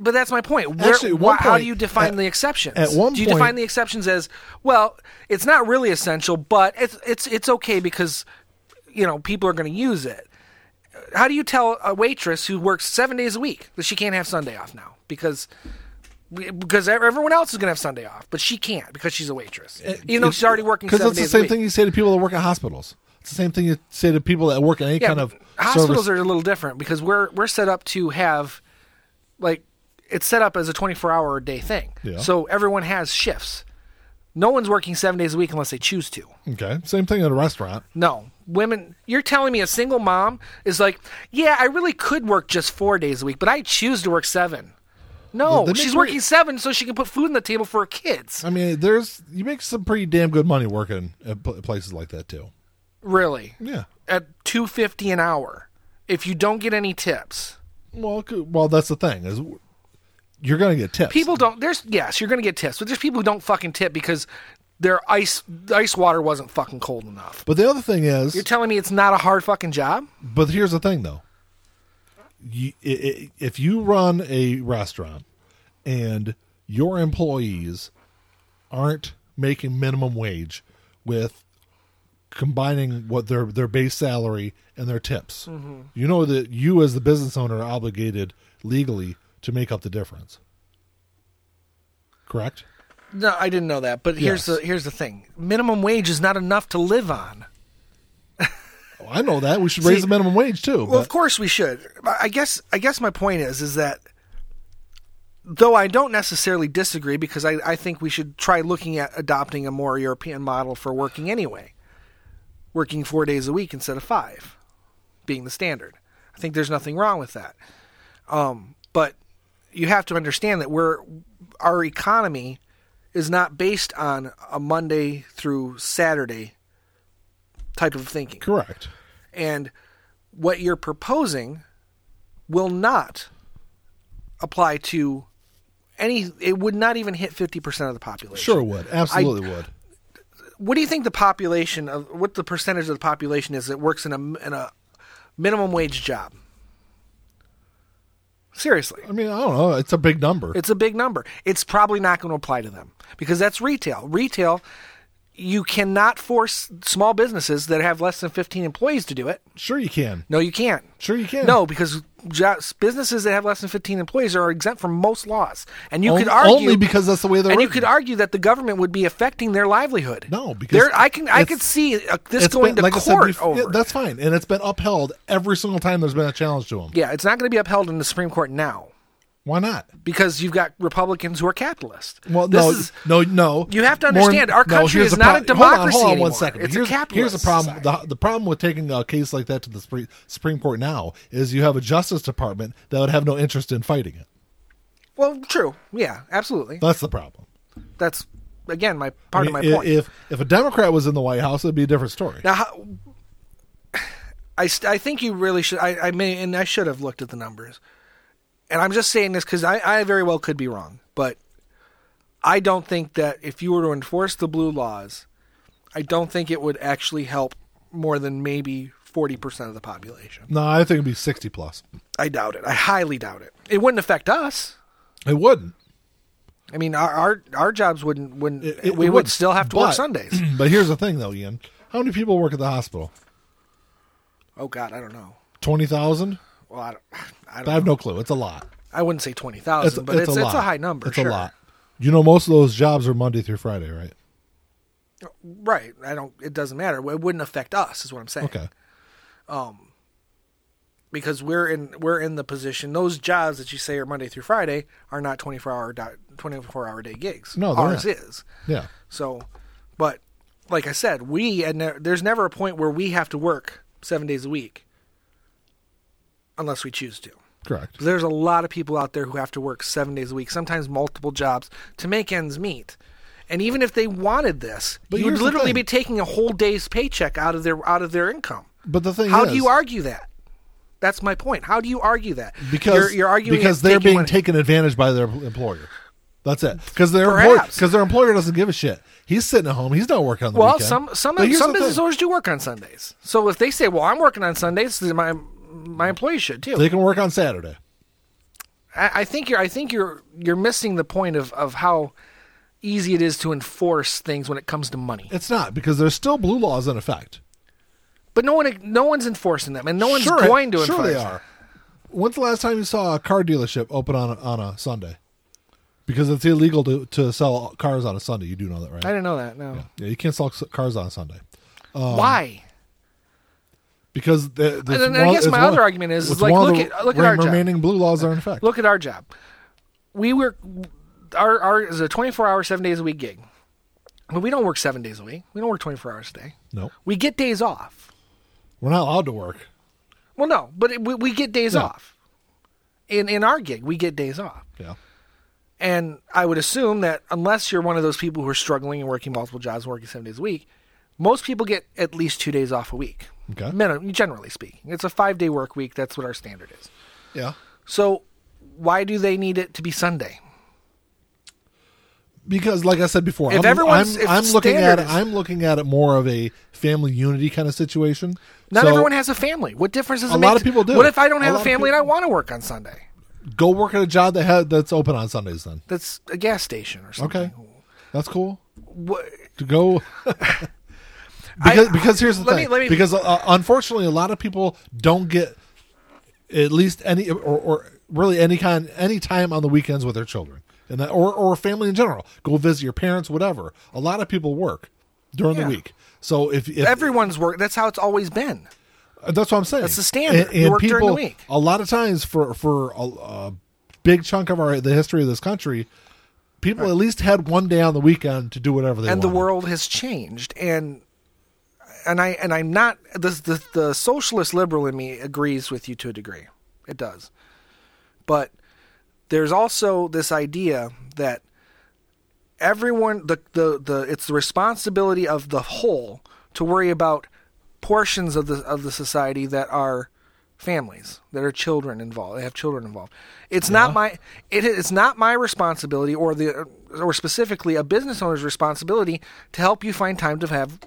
Speaker 1: But that's my point. Where,
Speaker 2: Actually, at
Speaker 1: why,
Speaker 2: one
Speaker 1: how
Speaker 2: point-
Speaker 1: do you define
Speaker 2: at-
Speaker 1: the exceptions?
Speaker 2: at one
Speaker 1: do you
Speaker 2: point-
Speaker 1: define the exceptions as well? It's not really essential, but it's it's it's okay because you know people are going to use it. How do you tell a waitress who works seven days a week that she can't have Sunday off now because because everyone else is going to have Sunday off, but she can't because she's a waitress, even though she's already working
Speaker 2: Eh, Because
Speaker 1: seven
Speaker 2: that's the
Speaker 1: days
Speaker 2: same
Speaker 1: a week.
Speaker 2: thing you say to people that work at hospitals. the same thing you say to people that work in any
Speaker 1: Yeah,
Speaker 2: kind of
Speaker 1: but hospitals
Speaker 2: service.
Speaker 1: are a little different because we're we're set up to have like it's set up as a 24 hour a day thing.
Speaker 2: Yeah.
Speaker 1: So everyone has shifts. No one's working 7 days a week unless they choose to.
Speaker 2: okay, same thing at a restaurant.
Speaker 1: No. Women, you're telling me a single mom is like, "Yeah, I really could work just 4 days a week, but I choose to work 7." No,
Speaker 2: That makes
Speaker 1: she's
Speaker 2: me-
Speaker 1: working 7 so she can put food on the table for her kids.
Speaker 2: I mean, there's you make some pretty damn good money working at pl- places like that too.
Speaker 1: Really?
Speaker 2: Yeah.
Speaker 1: At 250 an hour if you don't get any tips.
Speaker 2: Well, c- well, that's the thing is you're going to get tips.
Speaker 1: people don't there's yes you're gonna get tips but there's people who don't fucking tip because their ice the ice water wasn't fucking cold enough
Speaker 2: but the other thing is,
Speaker 1: you're telling me it's not a hard fucking job
Speaker 2: But here's the thing, though. You, i i if you run a restaurant and your employees aren't making minimum wage with combining what their their base salary and their tips,
Speaker 1: Mm-hmm.
Speaker 2: you know that you as the business owner are obligated legally to make up the difference. Correct.
Speaker 1: no i didn't know that but here's
Speaker 2: Yes.
Speaker 1: the here's the thing minimum wage is not enough to live on
Speaker 2: Oh, I know that we should raise
Speaker 1: See-
Speaker 2: the minimum wage too.
Speaker 1: well of
Speaker 2: but-
Speaker 1: course we should I- i guess i guess my point is is that though i don't necessarily disagree because i, I think we should try looking at adopting a more european model for working anyway working four days a week instead of five being the standard i think there's nothing wrong with that um, but you have to understand that we're our economy is not based on a monday through saturday type of thinking
Speaker 2: correct.
Speaker 1: and what you're proposing will not apply to any it would not even hit 50% of the population
Speaker 2: Sure would. Absolutely would.
Speaker 1: what do you think the population of what the percentage of the population is that works in a in a minimum wage job seriously
Speaker 2: I mean, I don't know. It's a big number.
Speaker 1: it's a big number. It's probably not going to apply to them because that's retail. Retail, you cannot force small businesses that have less than 15 employees to do it.
Speaker 2: sure, you can.
Speaker 1: No, you can't.
Speaker 2: Sure, you can.
Speaker 1: No, because jo- businesses that have less than 15 employees are exempt from most laws. And you
Speaker 2: Only-
Speaker 1: could argue
Speaker 2: only because that's the way they're
Speaker 1: And you
Speaker 2: written.
Speaker 1: could argue that the government would be affecting their livelihood.
Speaker 2: No, because
Speaker 1: There- I can I
Speaker 2: it's-
Speaker 1: could see uh, this
Speaker 2: It's
Speaker 1: going
Speaker 2: been-
Speaker 1: to court
Speaker 2: bef-
Speaker 1: over.
Speaker 2: yeah, that's fine, and it's been upheld every single time there's been a challenge to them.
Speaker 1: yeah, it's not going to be upheld in the Supreme Court now
Speaker 2: Why not?
Speaker 1: because you've got Republicans who are capitalists.
Speaker 2: Well,
Speaker 1: this
Speaker 2: no,
Speaker 1: is
Speaker 2: no, no.
Speaker 1: You have to
Speaker 2: More-
Speaker 1: understand, our
Speaker 2: no,
Speaker 1: country
Speaker 2: here's
Speaker 1: is
Speaker 2: the
Speaker 1: not a
Speaker 2: prob- hold on,
Speaker 1: democracy
Speaker 2: Hold on, one
Speaker 1: anymore.
Speaker 2: second.
Speaker 1: It's a
Speaker 2: here's, here's the
Speaker 1: capitalist
Speaker 2: problem. The, the problem with taking a case like that to the Supreme, Supreme Court now is you have a Justice Department that would have no interest in fighting it.
Speaker 1: Well, true. Yeah, absolutely.
Speaker 2: That's the problem.
Speaker 1: That's again my part
Speaker 2: I mean,
Speaker 1: of my
Speaker 2: i-
Speaker 1: point.
Speaker 2: If if a Democrat was in the White House, it'd be a different story.
Speaker 1: now, how, I st- I think you really should. I, I may and I should have looked at the numbers, and I'm just saying this because I, I very well could be wrong, but I don't think that if you were to enforce the blue laws, I don't think it would actually help more than maybe forty percent of the population.
Speaker 2: No, I think it'd be sixty plus.
Speaker 1: I doubt it. I highly doubt it. It wouldn't affect us.
Speaker 2: It wouldn't.
Speaker 1: I mean, our our, our jobs wouldn't wouldn't.
Speaker 2: It- it
Speaker 1: we would,
Speaker 2: would,
Speaker 1: still have to work
Speaker 2: but-
Speaker 1: Sundays.
Speaker 2: But here's the thing, though, Ian. How many people work at the hospital?
Speaker 1: Oh God, I don't know.
Speaker 2: Twenty thousand?
Speaker 1: Well, I don't. I,
Speaker 2: I
Speaker 1: don't,
Speaker 2: have no clue. It's a lot.
Speaker 1: I wouldn't say twenty
Speaker 2: It's,
Speaker 1: thousand, but it's, it's, a,
Speaker 2: lot.
Speaker 1: high number.
Speaker 2: It's
Speaker 1: sure.
Speaker 2: a lot. You know, most of those jobs are Monday through Friday, right?
Speaker 1: right? I don't. It doesn't matter. It wouldn't affect us, is what I'm saying.
Speaker 2: Okay.
Speaker 1: Because we're in we're in the position. Those jobs that you say are Monday through Friday are not 24 hour di- 24 hour day gigs.
Speaker 2: No, they're
Speaker 1: ours
Speaker 2: not.
Speaker 1: is.
Speaker 2: Yeah.
Speaker 1: So, but like I said, we and there, there's never a point where we have to work seven days a week, unless we choose to.
Speaker 2: Correct.
Speaker 1: There's a lot of people out there who have to work seven days a week, sometimes multiple jobs to make ends meet. And even if they wanted this,
Speaker 2: But
Speaker 1: you would
Speaker 2: here's the
Speaker 1: literally
Speaker 2: thing.
Speaker 1: be taking a whole day's paycheck out of their out of their income.
Speaker 2: But the thing
Speaker 1: How
Speaker 2: is,
Speaker 1: do you argue that? That's my point. How do you argue that?
Speaker 2: because
Speaker 1: you're, you're arguing
Speaker 2: because
Speaker 1: it's
Speaker 2: they're
Speaker 1: taking
Speaker 2: being
Speaker 1: money.
Speaker 2: taken advantage by their employer. That's it. Because their employer
Speaker 1: Perhaps.
Speaker 2: because their employer doesn't give a shit. He's sitting at home. He's not working on the
Speaker 1: Well,
Speaker 2: weekend.
Speaker 1: some some
Speaker 2: But here's
Speaker 1: some
Speaker 2: the
Speaker 1: business
Speaker 2: thing.
Speaker 1: owners do work on Sundays. So if they say, "Well, I'm working on Sundays," then my my employees should too.
Speaker 2: they can work on Saturday.
Speaker 1: I, I think you're I think you're you're missing the point of of how easy it is to enforce things when it comes to money.
Speaker 2: It's not because there's still blue laws in effect.
Speaker 1: But no one, no one's enforcing them, and no one's
Speaker 2: Sure,
Speaker 1: going to
Speaker 2: sure
Speaker 1: enforce
Speaker 2: they
Speaker 1: them.
Speaker 2: are. When's the last time you saw a car dealership open on a, on a Sunday? Because it's illegal to, to sell cars on a Sunday. You do know that, right?
Speaker 1: I didn't know that. No,
Speaker 2: Um, yeah, you can't sell s- cars on a Sunday.
Speaker 1: why?
Speaker 2: because the, the,
Speaker 1: And then I guess my other argument is, is like look at look at our job.
Speaker 2: remaining blue laws are in effect.
Speaker 1: Look at our job. We work our our is a twenty four hour, seven days a week gig. But we don't work seven days a week. We don't work twenty four hours a day.
Speaker 2: no,
Speaker 1: We get days off.
Speaker 2: we're not allowed to work.
Speaker 1: Well, no, but it, we, we get days
Speaker 2: Yeah.
Speaker 1: off. In in our gig, we get days off.
Speaker 2: Yeah,
Speaker 1: And I would assume that unless you're one of those people who are struggling and working multiple jobs and working seven days a week, most people get at least two days off a week.
Speaker 2: Okay.
Speaker 1: Minimum, generally speaking. It's a five day work week. That's what our standard is.
Speaker 2: yeah,
Speaker 1: So why do they need it to be Sunday?
Speaker 2: because like I said before,
Speaker 1: If
Speaker 2: I'm,
Speaker 1: everyone's-
Speaker 2: I'm,
Speaker 1: if
Speaker 2: I'm looking at
Speaker 1: standard
Speaker 2: it,
Speaker 1: is-
Speaker 2: I'm looking at it more of a family unity kind of situation.
Speaker 1: Not
Speaker 2: So
Speaker 1: everyone has a family. What difference does it
Speaker 2: A
Speaker 1: make?
Speaker 2: lot of
Speaker 1: to-
Speaker 2: people do.
Speaker 1: What if I don't
Speaker 2: A
Speaker 1: have a,
Speaker 2: lot of
Speaker 1: family and I
Speaker 2: people-
Speaker 1: want to work on Sunday?
Speaker 2: go work at a job that ha- that's open on Sundays. Then
Speaker 1: That's a gas station or something.
Speaker 2: okay, that's cool.
Speaker 1: What,
Speaker 2: to go because, because here's the
Speaker 1: let me-
Speaker 2: thing
Speaker 1: let me-
Speaker 2: because uh, unfortunately a lot of people don't get at least any or, or really any kind any time on the weekends with their children and that, or or family in general go visit your parents whatever a lot of people work during
Speaker 1: Yeah.
Speaker 2: the week so if, if
Speaker 1: everyone's work. That's how it's always been.
Speaker 2: that's what I'm saying.
Speaker 1: That's the standard. You work during the week.
Speaker 2: A lot of times, for for a, a big chunk of our the history of this country, people at least had one day on the weekend to do whatever they
Speaker 1: and the
Speaker 2: wanted.
Speaker 1: world has changed and and i and i'm not the, the the socialist liberal in me agrees with you to a degree it does but there's also this idea that everyone the the, the it's the responsibility of the whole to worry about portions of the of the society that are families that are children involved they have children involved it's not my it is not my responsibility or the or specifically a business owner's responsibility to help you find time to have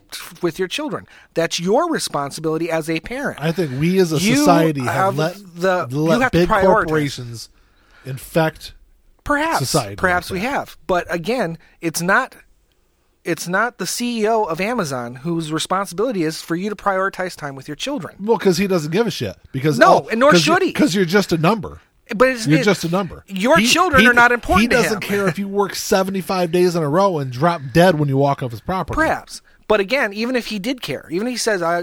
Speaker 1: with your children that's your responsibility as a parent
Speaker 2: I think we as a
Speaker 1: You
Speaker 2: society
Speaker 1: have
Speaker 2: have, let
Speaker 1: the-
Speaker 2: let
Speaker 1: you have to
Speaker 2: big
Speaker 1: prioritize.
Speaker 2: corporations infect.
Speaker 1: perhaps
Speaker 2: society
Speaker 1: perhaps
Speaker 2: like
Speaker 1: we
Speaker 2: that.
Speaker 1: have but again it's not it's not the ceo of amazon whose responsibility is for you to prioritize time with your children
Speaker 2: Well, because he doesn't give a shit. Because oh,
Speaker 1: No, and nor should he.
Speaker 2: Because you're just a number.
Speaker 1: but it's,
Speaker 2: You're
Speaker 1: it-
Speaker 2: just a number.
Speaker 1: your
Speaker 2: He-
Speaker 1: children
Speaker 2: he-
Speaker 1: are not important
Speaker 2: He
Speaker 1: to
Speaker 2: doesn't
Speaker 1: him.
Speaker 2: care if you work 75 days in a row and drop dead when you walk off his property.
Speaker 1: perhaps but again even if he did care even if he says i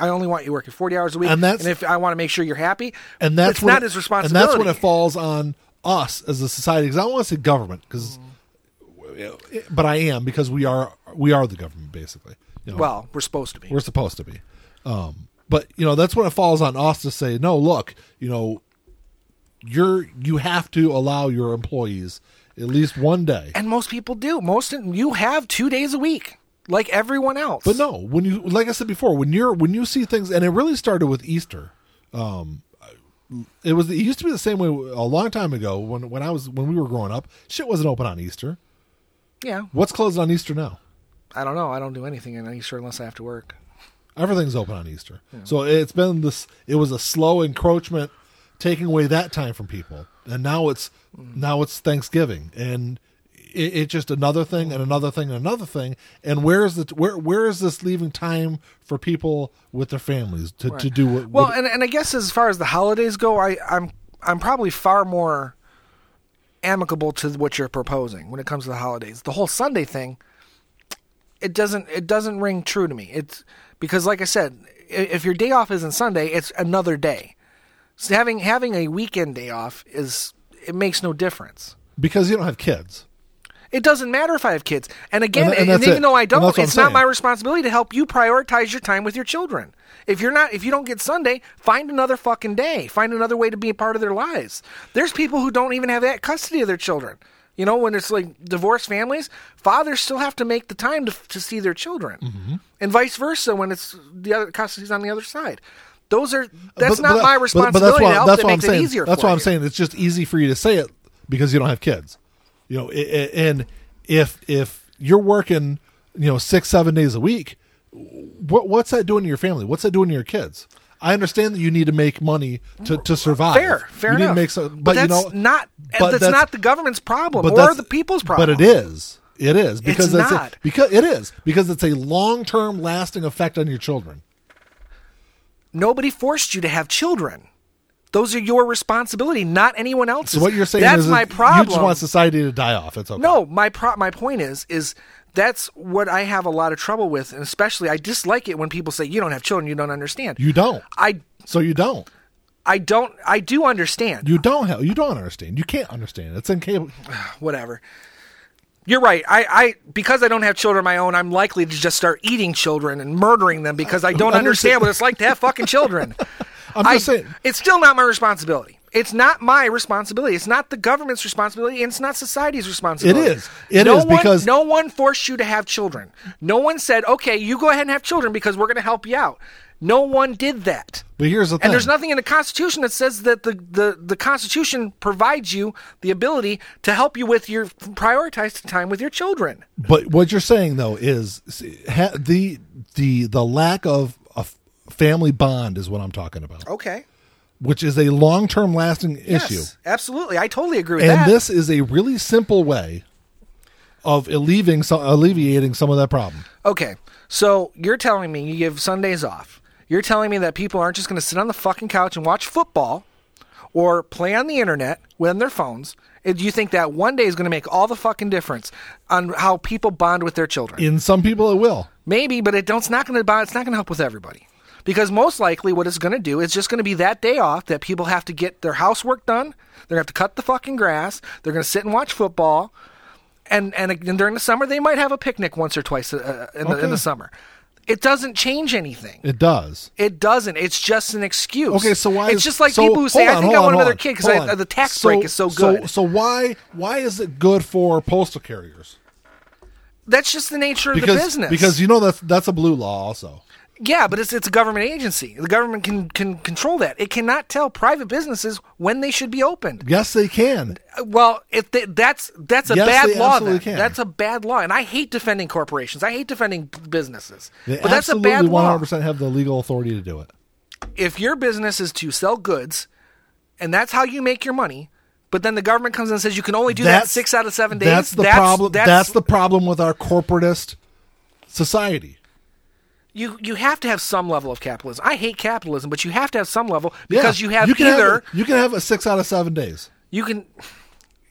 Speaker 1: i only want you working 40 hours a week
Speaker 2: And that's-
Speaker 1: if i want to make sure you're happy
Speaker 2: and that's
Speaker 1: it's
Speaker 2: when
Speaker 1: not
Speaker 2: it-
Speaker 1: his responsibility
Speaker 2: And that's when it falls on us as a society. Because I don't want to say government, because,
Speaker 1: Mm.
Speaker 2: but I am because we are we are the government basically. You know,
Speaker 1: well we're supposed to be
Speaker 2: We're supposed to be. Um, but you know, that's when it falls on us to say, no, look, you know, you're you have to allow your employees at least one day.
Speaker 1: and most people do most you have two days a week like everyone else
Speaker 2: But no, when you like I said before, when you're when you see things, and it really started with Easter. Um, it was it used to be the same way a long time ago when when I was when we were growing up. Shit wasn't open on Easter.
Speaker 1: yeah
Speaker 2: What's closed on Easter now?
Speaker 1: i don't know i don't do anything in easter unless i have to work
Speaker 2: Everything's open on Easter. So it's been this. It was a slow encroachment, taking away that time from people, and now it's now it's Thanksgiving, and it, it's just another thing and another thing and another thing. And where is the where where is this leaving time for people with their families to, to do what?
Speaker 1: Well,
Speaker 2: what-
Speaker 1: and, and I guess as far as the holidays go, I, I'm I'm probably far more amicable to what you're proposing when it comes to the holidays. The whole Sunday thing, it doesn't it doesn't ring true to me. It's because, like I said, i- if your day off isn't Sunday, it's another day. So having having a weekend day off is it makes no difference.
Speaker 2: because you don't have kids.
Speaker 1: It doesn't matter if I have kids. And again,
Speaker 2: And
Speaker 1: and,
Speaker 2: tha- and that's
Speaker 1: even
Speaker 2: it.
Speaker 1: though I
Speaker 2: And that's
Speaker 1: don't,
Speaker 2: what I'm
Speaker 1: it's not
Speaker 2: saying.
Speaker 1: my responsibility to help you prioritize your time with your children. If you're not, if you don't get Sunday, find another fucking day. Find another way to be a part of their lives. There's people who don't even have that custody of their children. You know, when it's like divorced families, fathers still have to make the time to, to see their children,
Speaker 2: Mm-hmm.
Speaker 1: and vice versa when it's the other custody's on the other side. Those are that's
Speaker 2: But-
Speaker 1: not
Speaker 2: but-
Speaker 1: my
Speaker 2: but- but
Speaker 1: responsibility.
Speaker 2: that's why-
Speaker 1: to help
Speaker 2: that's
Speaker 1: that
Speaker 2: why I'm
Speaker 1: makes
Speaker 2: saying-
Speaker 1: it easier.
Speaker 2: That's
Speaker 1: for
Speaker 2: why I'm
Speaker 1: you.
Speaker 2: saying it's just easy for you to say it because you don't have kids. You know, i- i- and if if you're working, you know, six seven days a week, what what's that doing to your family? What's that doing to your kids? I understand that you need to make money to, to survive.
Speaker 1: Fair, fair
Speaker 2: you
Speaker 1: enough.
Speaker 2: Need to make some,
Speaker 1: but,
Speaker 2: but,
Speaker 1: that's
Speaker 2: you know,
Speaker 1: not
Speaker 2: but
Speaker 1: that's,
Speaker 2: that's-
Speaker 1: not the government's problem
Speaker 2: but
Speaker 1: or
Speaker 2: that's-
Speaker 1: the people's problem.
Speaker 2: But it is. It is because
Speaker 1: It's
Speaker 2: that's a-
Speaker 1: not.
Speaker 2: because it is because it's a long term lasting effect on your children.
Speaker 1: Nobody forced you to have children. Those are your responsibility, not anyone else's.
Speaker 2: So what you're saying
Speaker 1: that's
Speaker 2: is
Speaker 1: my
Speaker 2: is
Speaker 1: problem.
Speaker 2: You just want society to die off. It's okay.
Speaker 1: no, my pro- my point is is That's what I have a lot of trouble with, and especially I dislike it when people say you don't have children, you don't understand.
Speaker 2: You don't.
Speaker 1: I
Speaker 2: So you don't.
Speaker 1: I don't I do understand.
Speaker 2: You don't have. You don't understand. You can't understand. It's incapable.
Speaker 1: Whatever. You're right. I, I because I don't have children of my own, I'm likely to just start eating children and murdering them because I don't understand what it's like to have fucking children.
Speaker 2: I'm
Speaker 1: I-
Speaker 2: just saying.
Speaker 1: It's still not my responsibility. It's not my responsibility. It's not the government's responsibility, and it's not society's responsibility.
Speaker 2: It is. It
Speaker 1: no
Speaker 2: is,
Speaker 1: one,
Speaker 2: because-
Speaker 1: no one forced you to have children. No one said, "Okay, you go ahead and have children because we're going to help you out." No one did that.
Speaker 2: But here's the thing.
Speaker 1: And there's nothing in the Constitution that says that the, the, the Constitution provides you the ability to help you with your prioritized time with your children.
Speaker 2: But what you're saying though is see, ha- the the the lack of a f- family bond is what I'm talking about,
Speaker 1: Okay.
Speaker 2: which is a long term lasting
Speaker 1: Yes,
Speaker 2: issue.
Speaker 1: absolutely. I totally agree with
Speaker 2: And
Speaker 1: that.
Speaker 2: this is a really simple way of alleviating some, alleviating some of that problem.
Speaker 1: Okay, so you're telling me you give Sundays off. You're telling me that people aren't just going to sit on the fucking couch and watch football or play on the internet with their phones. And you think that one day is going to make all the fucking difference on how people bond with their children?
Speaker 2: In some people, it will.
Speaker 1: Maybe, but it don't, it's not going to bond. It's not going to help with everybody. Because most likely, what it's going to do is just going to be that day off that people have to get their housework done. They're going to have to cut the fucking grass. They're going to sit and watch football. And, and and during the summer, they might have a picnic once or twice uh, in, the, in
Speaker 2: Okay.
Speaker 1: the summer. It doesn't change anything.
Speaker 2: It does.
Speaker 1: It doesn't. It's just an excuse.
Speaker 2: Okay, so why?
Speaker 1: It's
Speaker 2: is-
Speaker 1: just like
Speaker 2: so-
Speaker 1: people who say,
Speaker 2: hold
Speaker 1: "I
Speaker 2: on,
Speaker 1: think I
Speaker 2: hold
Speaker 1: want
Speaker 2: on,
Speaker 1: another
Speaker 2: hold
Speaker 1: kid because
Speaker 2: on, hold on.
Speaker 1: the tax break is so good."
Speaker 2: So, so why why is it good for postal carriers?
Speaker 1: That's just the nature of
Speaker 2: Because
Speaker 1: the business.
Speaker 2: because you know that's that's a blue law also.
Speaker 1: Yeah, but it's it's a government agency. The government can can control that. It cannot tell private businesses when they should be opened.
Speaker 2: Yes, they can.
Speaker 1: Uh, Well, if they, that's that's a
Speaker 2: Yes,
Speaker 1: bad
Speaker 2: they
Speaker 1: law.
Speaker 2: absolutely
Speaker 1: Then.
Speaker 2: can.
Speaker 1: That's a bad law, and I hate defending corporations. I hate defending b- businesses.
Speaker 2: They
Speaker 1: but that's a
Speaker 2: absolutely
Speaker 1: bad law.
Speaker 2: 100% have the legal authority to do it.
Speaker 1: If your business is to sell goods, and that's how you make your money, but then the government comes in and says you can only do that six out of seven days.
Speaker 2: That's the problem. That's, the problem with our corporatist society.
Speaker 1: you you have to have some level of capitalism. I hate capitalism, but you have to have some level because
Speaker 2: Yeah.
Speaker 1: you have
Speaker 2: you can
Speaker 1: either
Speaker 2: have, you can have a six out of seven days.
Speaker 1: you can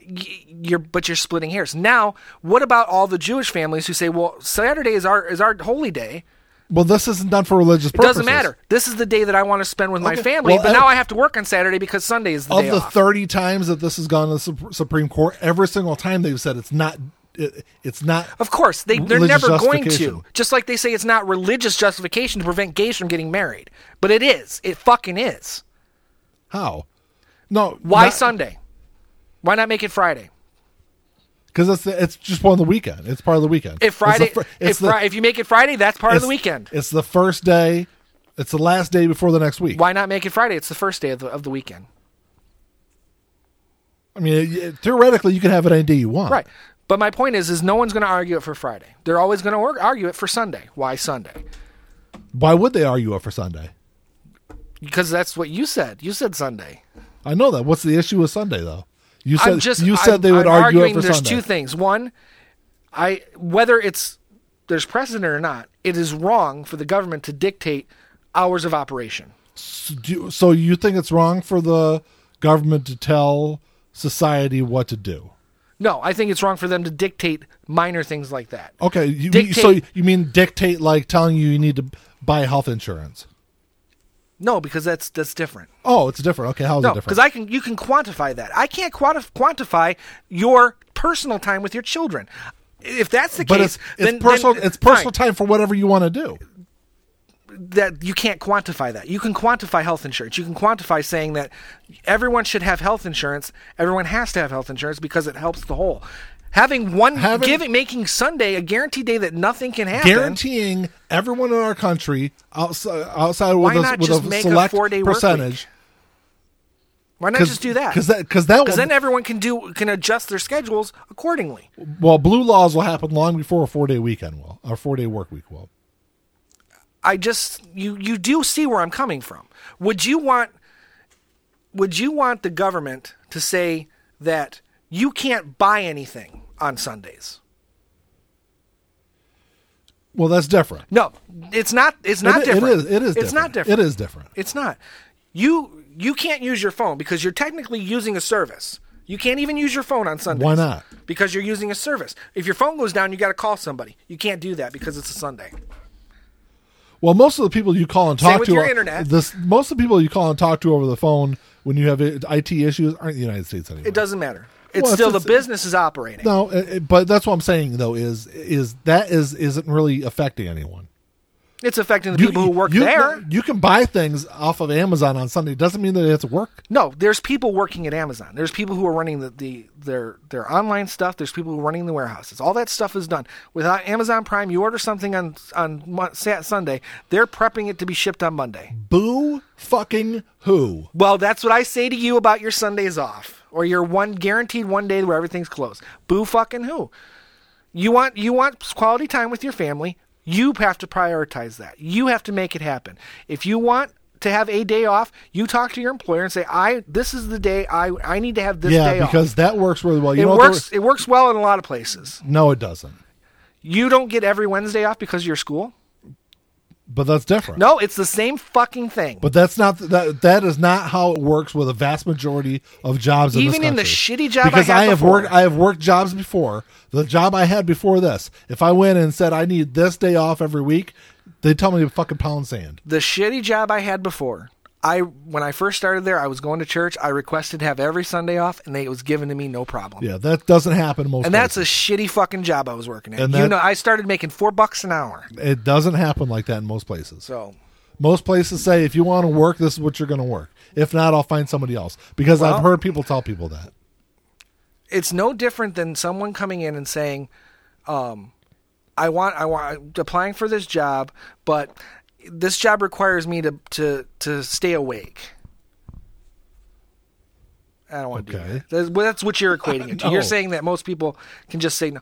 Speaker 1: y- you're but you're splitting hairs now what about all the jewish families who say well saturday is our is our holy day
Speaker 2: Well, this isn't done for religious
Speaker 1: it
Speaker 2: purposes.
Speaker 1: doesn't matter this is the day that i want to spend with my
Speaker 2: Okay,
Speaker 1: family
Speaker 2: well,
Speaker 1: but
Speaker 2: I-
Speaker 1: now i have to work on saturday because sunday is the
Speaker 2: Of
Speaker 1: day
Speaker 2: the
Speaker 1: off.
Speaker 2: thirty times that this has gone to the Sup- Supreme Court, every single time they've said it's not. It, it's not.
Speaker 1: of course they, they're
Speaker 2: religious
Speaker 1: never going to
Speaker 2: justification.
Speaker 1: just like they say it's not religious justification to prevent gays from getting married but it is it fucking is
Speaker 2: How? No.
Speaker 1: why sunday why not make it friday
Speaker 2: Because it's the, it's just one of the weekend. It's part of the weekend.
Speaker 1: if friday
Speaker 2: It's the, fir-
Speaker 1: if,
Speaker 2: it's the-
Speaker 1: Fri- if you make it friday that's part of the
Speaker 2: it's-
Speaker 1: weekend
Speaker 2: It's the first day. It's the last day before the next week.
Speaker 1: why not make it friday it's the first day of the, of the weekend
Speaker 2: I mean, it- it- theoretically, you can have it any day you want.
Speaker 1: Right. But my point is, is no one's going to argue it for Friday. They're always going to argue it for Sunday. Why Sunday?
Speaker 2: Why would they argue up for Sunday?
Speaker 1: Because that's what you said. You said Sunday.
Speaker 2: I know that. What's the issue with Sunday though? You said
Speaker 1: I'm just.
Speaker 2: you
Speaker 1: I'm-
Speaker 2: said they would
Speaker 1: I'm
Speaker 2: argue up
Speaker 1: arguing
Speaker 2: for
Speaker 1: there's
Speaker 2: Sunday.
Speaker 1: two things. One, I whether it's there's precedent or not, it is wrong for the government to dictate hours of operation.
Speaker 2: S- do you- so you think it's wrong for the government to tell society what to do?
Speaker 1: No, I think it's wrong for them to dictate minor things like that.
Speaker 2: Okay, you, you- so
Speaker 1: Dictate.
Speaker 2: you mean dictate like telling you you need to buy health insurance?
Speaker 1: No, because that's that's different.
Speaker 2: Oh, it's different. Okay, how's
Speaker 1: No,
Speaker 2: it
Speaker 1: because
Speaker 2: different?
Speaker 1: I can you can quantify that. I can't quanti- quantify your personal time with your children. If that's the
Speaker 2: but
Speaker 1: case,
Speaker 2: it's it's
Speaker 1: then
Speaker 2: personal.
Speaker 1: then-
Speaker 2: it's personal
Speaker 1: fine.
Speaker 2: time for whatever you want to do.
Speaker 1: that you can't quantify that. You can quantify health insurance. You can quantify saying that everyone should have health insurance. Everyone has to have health insurance because it helps the whole. Having one
Speaker 2: Having-
Speaker 1: giving making Sunday a guaranteed day that nothing can happen.
Speaker 2: Guaranteeing everyone in our country outside outside with
Speaker 1: Why not
Speaker 2: a, with
Speaker 1: just
Speaker 2: a
Speaker 1: make a
Speaker 2: select
Speaker 1: four-day work
Speaker 2: percentage.
Speaker 1: Why not just do that?
Speaker 2: Because that because that will-
Speaker 1: Because then everyone can do can adjust their schedules accordingly.
Speaker 2: Well, blue laws will happen long before a four day weekend will, or four day work week will.
Speaker 1: I just you you do see where I'm coming from. Would you want would you want the government to say that you can't buy anything on Sundays?
Speaker 2: Well, that's different.
Speaker 1: No, it's not it's not
Speaker 2: It-
Speaker 1: different.
Speaker 2: It is. It is.
Speaker 1: It's not different.
Speaker 2: It is different.
Speaker 1: It's not. You you can't use your phone because you're technically using a service. You can't even use your phone on Sundays.
Speaker 2: Why not?
Speaker 1: Because you're using a service. If your phone goes down, you got to call somebody. You can't do that because it's a Sunday.
Speaker 2: Well, most of the people you call and
Speaker 1: Same
Speaker 2: talk
Speaker 1: with
Speaker 2: to
Speaker 1: your
Speaker 2: are-
Speaker 1: internet.
Speaker 2: This, most of the people you call and talk to over the phone when you have i- IT issues aren't in the United States anymore.
Speaker 1: It doesn't matter. It's
Speaker 2: Well, if
Speaker 1: still
Speaker 2: it's-
Speaker 1: the business is operating.
Speaker 2: No, it, it- but that's what I'm saying though is is that is isn't really affecting anyone.
Speaker 1: It's affecting the people who work
Speaker 2: you-
Speaker 1: there.
Speaker 2: You can buy things off of Amazon on Sunday. Doesn't mean that it's work.
Speaker 1: No, there's people working at Amazon. There's people who are running the, the their their online stuff. There's people who are running the warehouses. All that stuff is done without Amazon Prime. You order something on on Mon- Sat Sunday, they're prepping it to be shipped on Monday.
Speaker 2: Boo fucking who?
Speaker 1: Well, that's what I say to you about your Sundays off or your one guaranteed one day where everything's closed. Boo fucking who? You want you want quality time with your family. You have to prioritize that. You have to make it happen. If you want to have a day off, you talk to your employer and say, "I this is the day I I need to have this day
Speaker 2: Yeah,
Speaker 1: off."
Speaker 2: because that works really well. You
Speaker 1: it
Speaker 2: know what the-
Speaker 1: works it works well in a lot of places.
Speaker 2: No, it doesn't.
Speaker 1: You don't get every Wednesday off because of your school.
Speaker 2: But that's different.
Speaker 1: No, it's the same fucking thing.
Speaker 2: But that's not that. That is not how it works with a vast majority of jobs. In
Speaker 1: Even
Speaker 2: this
Speaker 1: in the
Speaker 2: country.
Speaker 1: shitty job I
Speaker 2: because
Speaker 1: had
Speaker 2: I have
Speaker 1: before.
Speaker 2: worked. I have worked jobs before. The job I had before this, if I went and said I need this day off every week, they tell me to fucking pound sand.
Speaker 1: the shitty job I had before. I when I first started there, I was going to church. I requested to have every Sunday off, and they, it was given to me no problem.
Speaker 2: Yeah, that doesn't happen most.
Speaker 1: And that's a shitty fucking job I was working at.
Speaker 2: And
Speaker 1: you
Speaker 2: that-
Speaker 1: know, I started making four bucks an hour.
Speaker 2: places. it doesn't happen like that in most places.
Speaker 1: So
Speaker 2: Most places say if you want to work, this is what you're going to work. If not, I'll find somebody else. Because
Speaker 1: Well-
Speaker 2: I've heard people tell people that.
Speaker 1: it's no different than someone coming in and saying, um, "I want, I want, applying for this job, but this job requires me to to to stay awake." I don't want to do
Speaker 2: Okay.
Speaker 1: that. That's, well, that's what you're equating it to.
Speaker 2: No.
Speaker 1: You're saying that most people can just say no.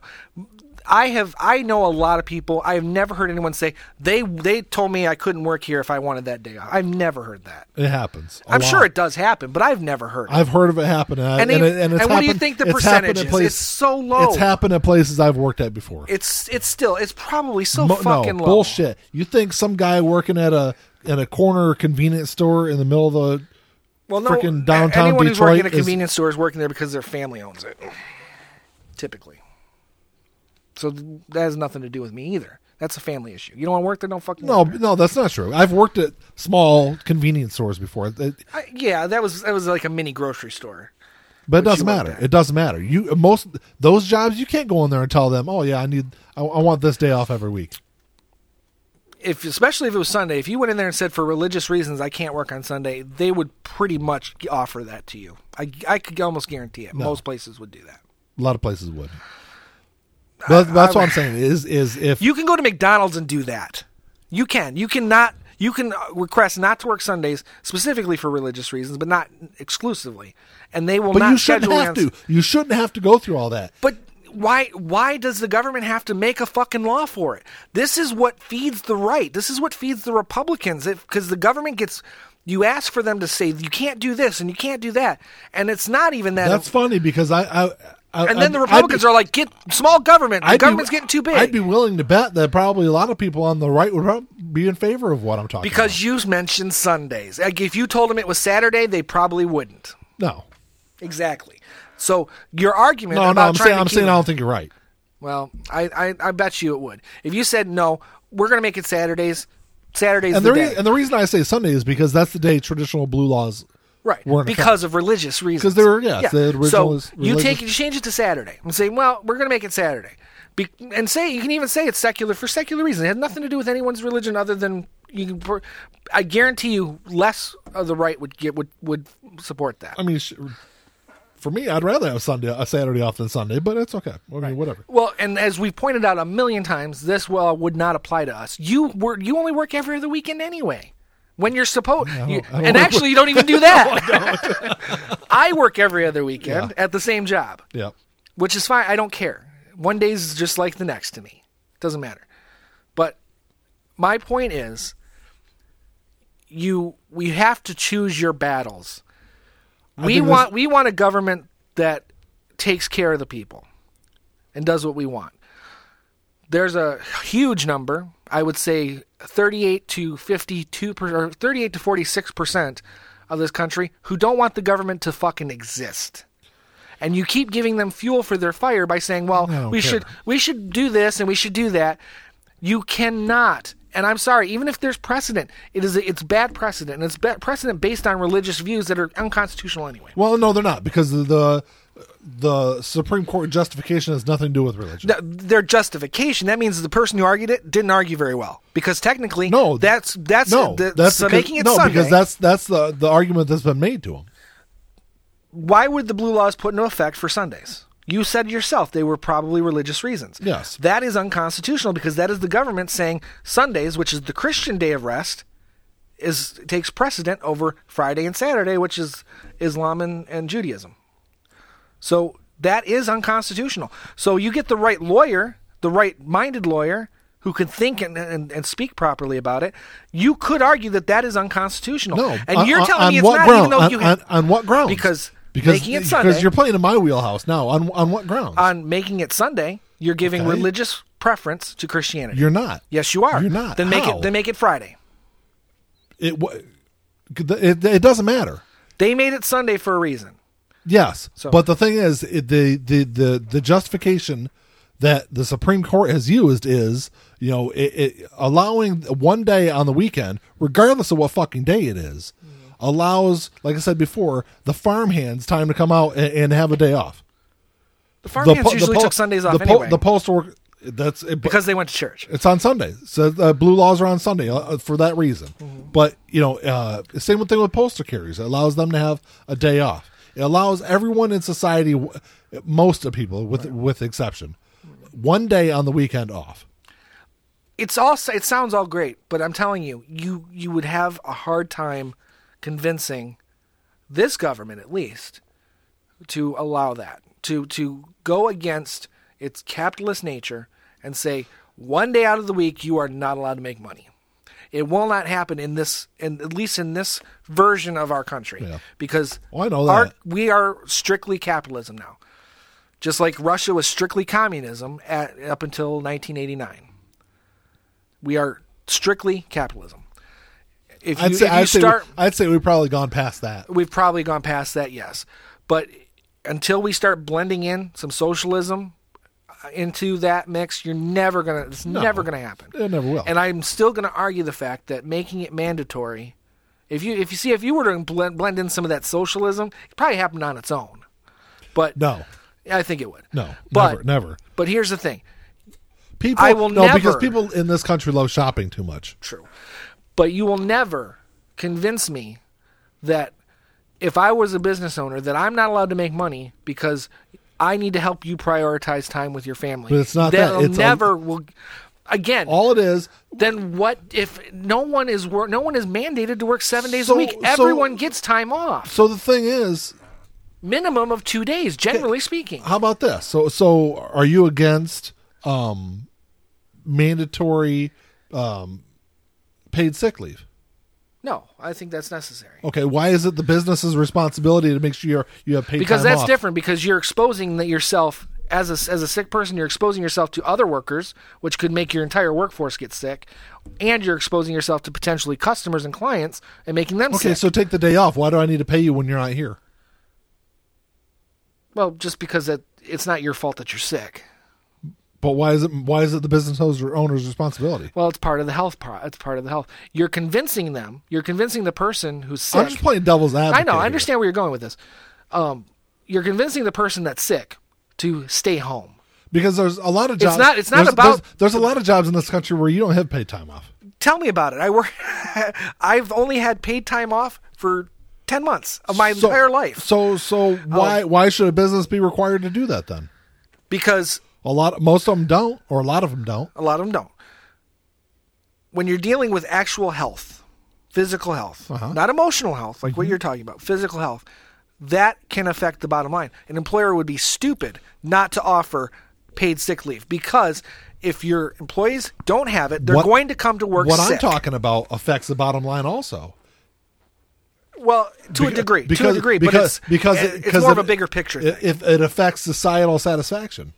Speaker 1: I have, I know a lot of people. I have never heard anyone say they they told me I couldn't work here if I wanted that day off. I've never heard that.
Speaker 2: It happens. i
Speaker 1: I'm sure it does happen, but I've never heard. it.
Speaker 2: I've heard of it happen, and, I-
Speaker 1: And
Speaker 2: and,
Speaker 1: they-
Speaker 2: it- and it's
Speaker 1: and what do you
Speaker 2: happened-
Speaker 1: think the
Speaker 2: it's happened
Speaker 1: percentage
Speaker 2: in
Speaker 1: is?
Speaker 2: places-
Speaker 1: It's so low.
Speaker 2: It's happened in places I've worked at before.
Speaker 1: It's it's still it's probably so
Speaker 2: Mo-
Speaker 1: fucking
Speaker 2: no,
Speaker 1: low.
Speaker 2: bullshit. You think some guy working at a at a corner convenience store in the middle of the
Speaker 1: Well, no,
Speaker 2: Frickin'
Speaker 1: a-
Speaker 2: downtown
Speaker 1: anyone who's
Speaker 2: Detroit
Speaker 1: working at a
Speaker 2: is-
Speaker 1: convenience store is working there because their family owns it, typically. So th- that has nothing to do with me either. That's a family issue. You don't want to work there, don't fucking
Speaker 2: no,
Speaker 1: Work there.
Speaker 2: no, that's not true. I've worked at small convenience stores before, It-
Speaker 1: I, yeah, that was that was like a mini grocery store.
Speaker 2: but it
Speaker 1: But you
Speaker 2: doesn't
Speaker 1: worked
Speaker 2: matter.
Speaker 1: at-
Speaker 2: It doesn't matter. You most those jobs you can't go in there and tell them, oh yeah, I need, I, I want this day off every week.
Speaker 1: If especially if it was Sunday, if you went in there and said for religious reasons I can't work on Sunday, they would pretty much g- offer that to you. I I could almost guarantee it. Most places would do that.
Speaker 2: A lot of places would. But that's what I'm saying is is if
Speaker 1: You can go to McDonald's and do that. You can. You cannot. You can uh, request not to work Sundays specifically for religious reasons, but not exclusively, and they will
Speaker 2: but
Speaker 1: not
Speaker 2: you shouldn't
Speaker 1: schedule
Speaker 2: have
Speaker 1: you on-
Speaker 2: to. You shouldn't have to go through all that.
Speaker 1: But why? Why does the government have to make a fucking law for it? This is what feeds the right. This is what feeds the Republicans. Because the government gets. You ask for them to say you can't do this and you can't do that, and it's not even that.
Speaker 2: That's funny because I. I, I
Speaker 1: and then the Republicans are like, "Get small government. The government's getting too big."
Speaker 2: I'd be willing to bet that probably a lot of people on the right would prob- be in favor of what I'm talking
Speaker 1: Because you mentioned Sundays. Like if you told them it was Saturday, they probably wouldn't.
Speaker 2: about.
Speaker 1: Exactly. So your argument
Speaker 2: no, no, no.
Speaker 1: about
Speaker 2: I'm
Speaker 1: trying
Speaker 2: saying
Speaker 1: to
Speaker 2: I'm
Speaker 1: keep-
Speaker 2: saying I don't think you're right.
Speaker 1: well, I, I I bet you it would. If you said no, we're gonna make it Saturdays. Saturdays
Speaker 2: And
Speaker 1: the
Speaker 2: the,
Speaker 1: day.
Speaker 2: re- and the reason I say Sunday is because that's the day traditional blue laws.
Speaker 1: Right,
Speaker 2: were in
Speaker 1: because of religious reasons.
Speaker 2: 'Cause they were- yes, the original
Speaker 1: so
Speaker 2: is
Speaker 1: you
Speaker 2: religious.
Speaker 1: take you change it to Saturday and say, well, we're going to make it Saturday, Be- and say you can even say it's secular for secular reasons. It had nothing to do with anyone's religion other than you. Can, pr- I guarantee you, less of the right would get would would support that.
Speaker 2: I mean, sh- for me, I'd rather have Sunday a Saturday off than Sunday, but it's okay. I mean, whatever.
Speaker 1: Well, and as we pointed out a million times, this law would not apply to us. You were you only work every other weekend anyway. When you're supposed, you,
Speaker 2: I don't
Speaker 1: and
Speaker 2: work-
Speaker 1: actually, you don't even do that. I work every other weekend at the same job,
Speaker 2: Yeah.
Speaker 1: which is fine. I don't care. One day's just like the next to me. Doesn't matter. But my point is, you we have to choose your battles. We
Speaker 2: think this-
Speaker 1: want we want a government that takes care of the people and does what we want. There's a huge number, I would say 38 to 52 per, or 38 to 46 percent of this country who don't want the government to fucking exist. and you keep giving them fuel for their fire by saying, "Well,
Speaker 2: don't
Speaker 1: we
Speaker 2: care.
Speaker 1: should we should do this and we should do that." You cannot. And I'm sorry, even if there's precedent, it is it's bad precedent, and it's bad precedent based on religious views that are unconstitutional anyway.
Speaker 2: Well, no, they're not because the the Supreme Court justification has nothing to do with religion.
Speaker 1: Th- Their justification that means the person who argued it didn't argue very well because technically,
Speaker 2: No,
Speaker 1: that's that's
Speaker 2: no,
Speaker 1: the-
Speaker 2: that's
Speaker 1: so
Speaker 2: because,
Speaker 1: making it
Speaker 2: no
Speaker 1: Sunday.
Speaker 2: because that's that's the the argument that's been made to them.
Speaker 1: why were the blue laws put into effect for Sundays? You said yourself they were probably religious reasons.
Speaker 2: Yes.
Speaker 1: That is unconstitutional because that is the government saying Sundays, which is the Christian day of rest, is takes precedent over Friday and Saturday, which is Islam and, and Judaism. So that is unconstitutional. So you get the right lawyer, the right minded lawyer who can think and, and, and speak properly about it. You could argue that that is unconstitutional.
Speaker 2: No,
Speaker 1: and
Speaker 2: on-
Speaker 1: you're
Speaker 2: on-
Speaker 1: telling
Speaker 2: on
Speaker 1: me it's
Speaker 2: what
Speaker 1: not,
Speaker 2: ground?
Speaker 1: even though
Speaker 2: on,
Speaker 1: you
Speaker 2: on, on what grounds?
Speaker 1: Because
Speaker 2: because
Speaker 1: making it
Speaker 2: because
Speaker 1: Sunday-
Speaker 2: you're playing in my wheelhouse now. On on what grounds?
Speaker 1: on making it Sunday, you're giving
Speaker 2: Okay.
Speaker 1: religious preference to Christianity.
Speaker 2: you're not.
Speaker 1: yes, you are.
Speaker 2: You're not.
Speaker 1: Then make
Speaker 2: How?
Speaker 1: it. Then make it Friday.
Speaker 2: It, wa- it it doesn't matter.
Speaker 1: They made it Sunday for a reason.
Speaker 2: Yes, but the thing is, it, the, the the the justification that the Supreme Court has used is, you know, it, it, allowing one day on the weekend, regardless of what fucking day it is,
Speaker 1: Mm-hmm.
Speaker 2: allows, like I said before, the farmhands time to come out and, and have a day off.
Speaker 1: The farmhands
Speaker 2: po-
Speaker 1: usually
Speaker 2: po-
Speaker 1: took Sundays off
Speaker 2: the po-
Speaker 1: anyway
Speaker 2: The postal work that's it,
Speaker 1: because they went to church.
Speaker 2: it's on Sunday. So uh, blue laws are on Sunday uh, for that reason.
Speaker 1: Mm-hmm.
Speaker 2: But you know, uh, same thing with postal carriers. It allows them to have a day off. It allows everyone in society, w- most of people, with with exception, one day on the weekend off.
Speaker 1: It's all. It sounds all great, but I'm telling you, you you would have a hard time convincing this government, at least, to allow that to to go against its capitalist nature and say one day out of the week you are not allowed to make money. It will not happen in this, in, at least in this version of our country,
Speaker 2: Yeah.
Speaker 1: because
Speaker 2: Oh, I know
Speaker 1: our-
Speaker 2: that.
Speaker 1: we are strictly capitalism now. Just like Russia was strictly communism at, up until 1989, we are strictly capitalism. If you,
Speaker 2: I'd say
Speaker 1: if you
Speaker 2: I'd say,
Speaker 1: start,
Speaker 2: we, I'd say we've probably gone past that.
Speaker 1: we've probably gone past that, yes. But until we start blending in some socialism uh, into that mix, you're never gonna. It's never gonna happen.
Speaker 2: It never will.
Speaker 1: And I'm still gonna argue the fact that making it mandatory, if you if you see if you were to blend blend in some of that socialism, it probably happened on its own. But
Speaker 2: No,
Speaker 1: I think it would.
Speaker 2: no,
Speaker 1: but
Speaker 2: never, never.
Speaker 1: but here's the thing.
Speaker 2: People,
Speaker 1: I will
Speaker 2: no, because
Speaker 1: never-
Speaker 2: people in this country love shopping too much.
Speaker 1: true. But you will never convince me that if I was a business owner that I'm not allowed to make money because I need to help you prioritize time with your family.
Speaker 2: But it's not that. It's a-
Speaker 1: never will again.
Speaker 2: All it is,
Speaker 1: then what if no one is work? No one is mandated to work seven days
Speaker 2: So-
Speaker 1: a week.
Speaker 2: so-
Speaker 1: Everyone gets time off,
Speaker 2: so the thing is,
Speaker 1: minimum of two days, generally speaking.
Speaker 2: how about this? So so are you against um mandatory um paid sick leave?
Speaker 1: No, I think that's necessary.
Speaker 2: Okay, why is it the business's responsibility to make sure you're, you have paid
Speaker 1: because
Speaker 2: time
Speaker 1: that's
Speaker 2: off?
Speaker 1: different because you're exposing that yourself as a, as a sick person you're exposing yourself to other workers which could make your entire workforce get sick and you're exposing yourself to potentially customers and clients and making them
Speaker 2: Okay,
Speaker 1: sick
Speaker 2: so take the day off. Why do I need to pay you when you're not here?
Speaker 1: well just because that it's not your fault that you're sick
Speaker 2: But why is it why is it the business owner's- owner's responsibility?
Speaker 1: well it's part of the health pro- it's part of the health you're convincing them you're convincing the person who's sick
Speaker 2: I'm just playing devil's advocate.
Speaker 1: I know.
Speaker 2: here.
Speaker 1: I understand where you're going with this. Um, you're convincing the person that's sick to stay home.
Speaker 2: because there's a lot of jobs.
Speaker 1: not- it's not
Speaker 2: there's,
Speaker 1: about-
Speaker 2: There's, there's a lot of jobs in this country where you don't have paid time off.
Speaker 1: tell me about it. I work. I've only had paid time off for ten months of my
Speaker 2: So-
Speaker 1: entire life Oh.
Speaker 2: So so why why should a business be required to do that then?
Speaker 1: because
Speaker 2: A lot, most of them don't, or a lot of them don't.
Speaker 1: a lot of them don't. When you're dealing with actual health, physical health,
Speaker 2: Uh-huh.
Speaker 1: not emotional health, like
Speaker 2: Mm-hmm.
Speaker 1: what you're talking about, physical health, that can affect the bottom line. An employer would be stupid not to offer paid sick leave because if your employees don't have it, they're
Speaker 2: What-
Speaker 1: going to come to work
Speaker 2: What
Speaker 1: sick.
Speaker 2: I'm talking about affects the bottom line also.
Speaker 1: well, to a
Speaker 2: Beca-
Speaker 1: degree, to a degree, but it's,
Speaker 2: because
Speaker 1: it-
Speaker 2: it-
Speaker 1: it's
Speaker 2: 'cause
Speaker 1: more
Speaker 2: it-
Speaker 1: of a bigger picture.
Speaker 2: It, if it affects societal satisfaction,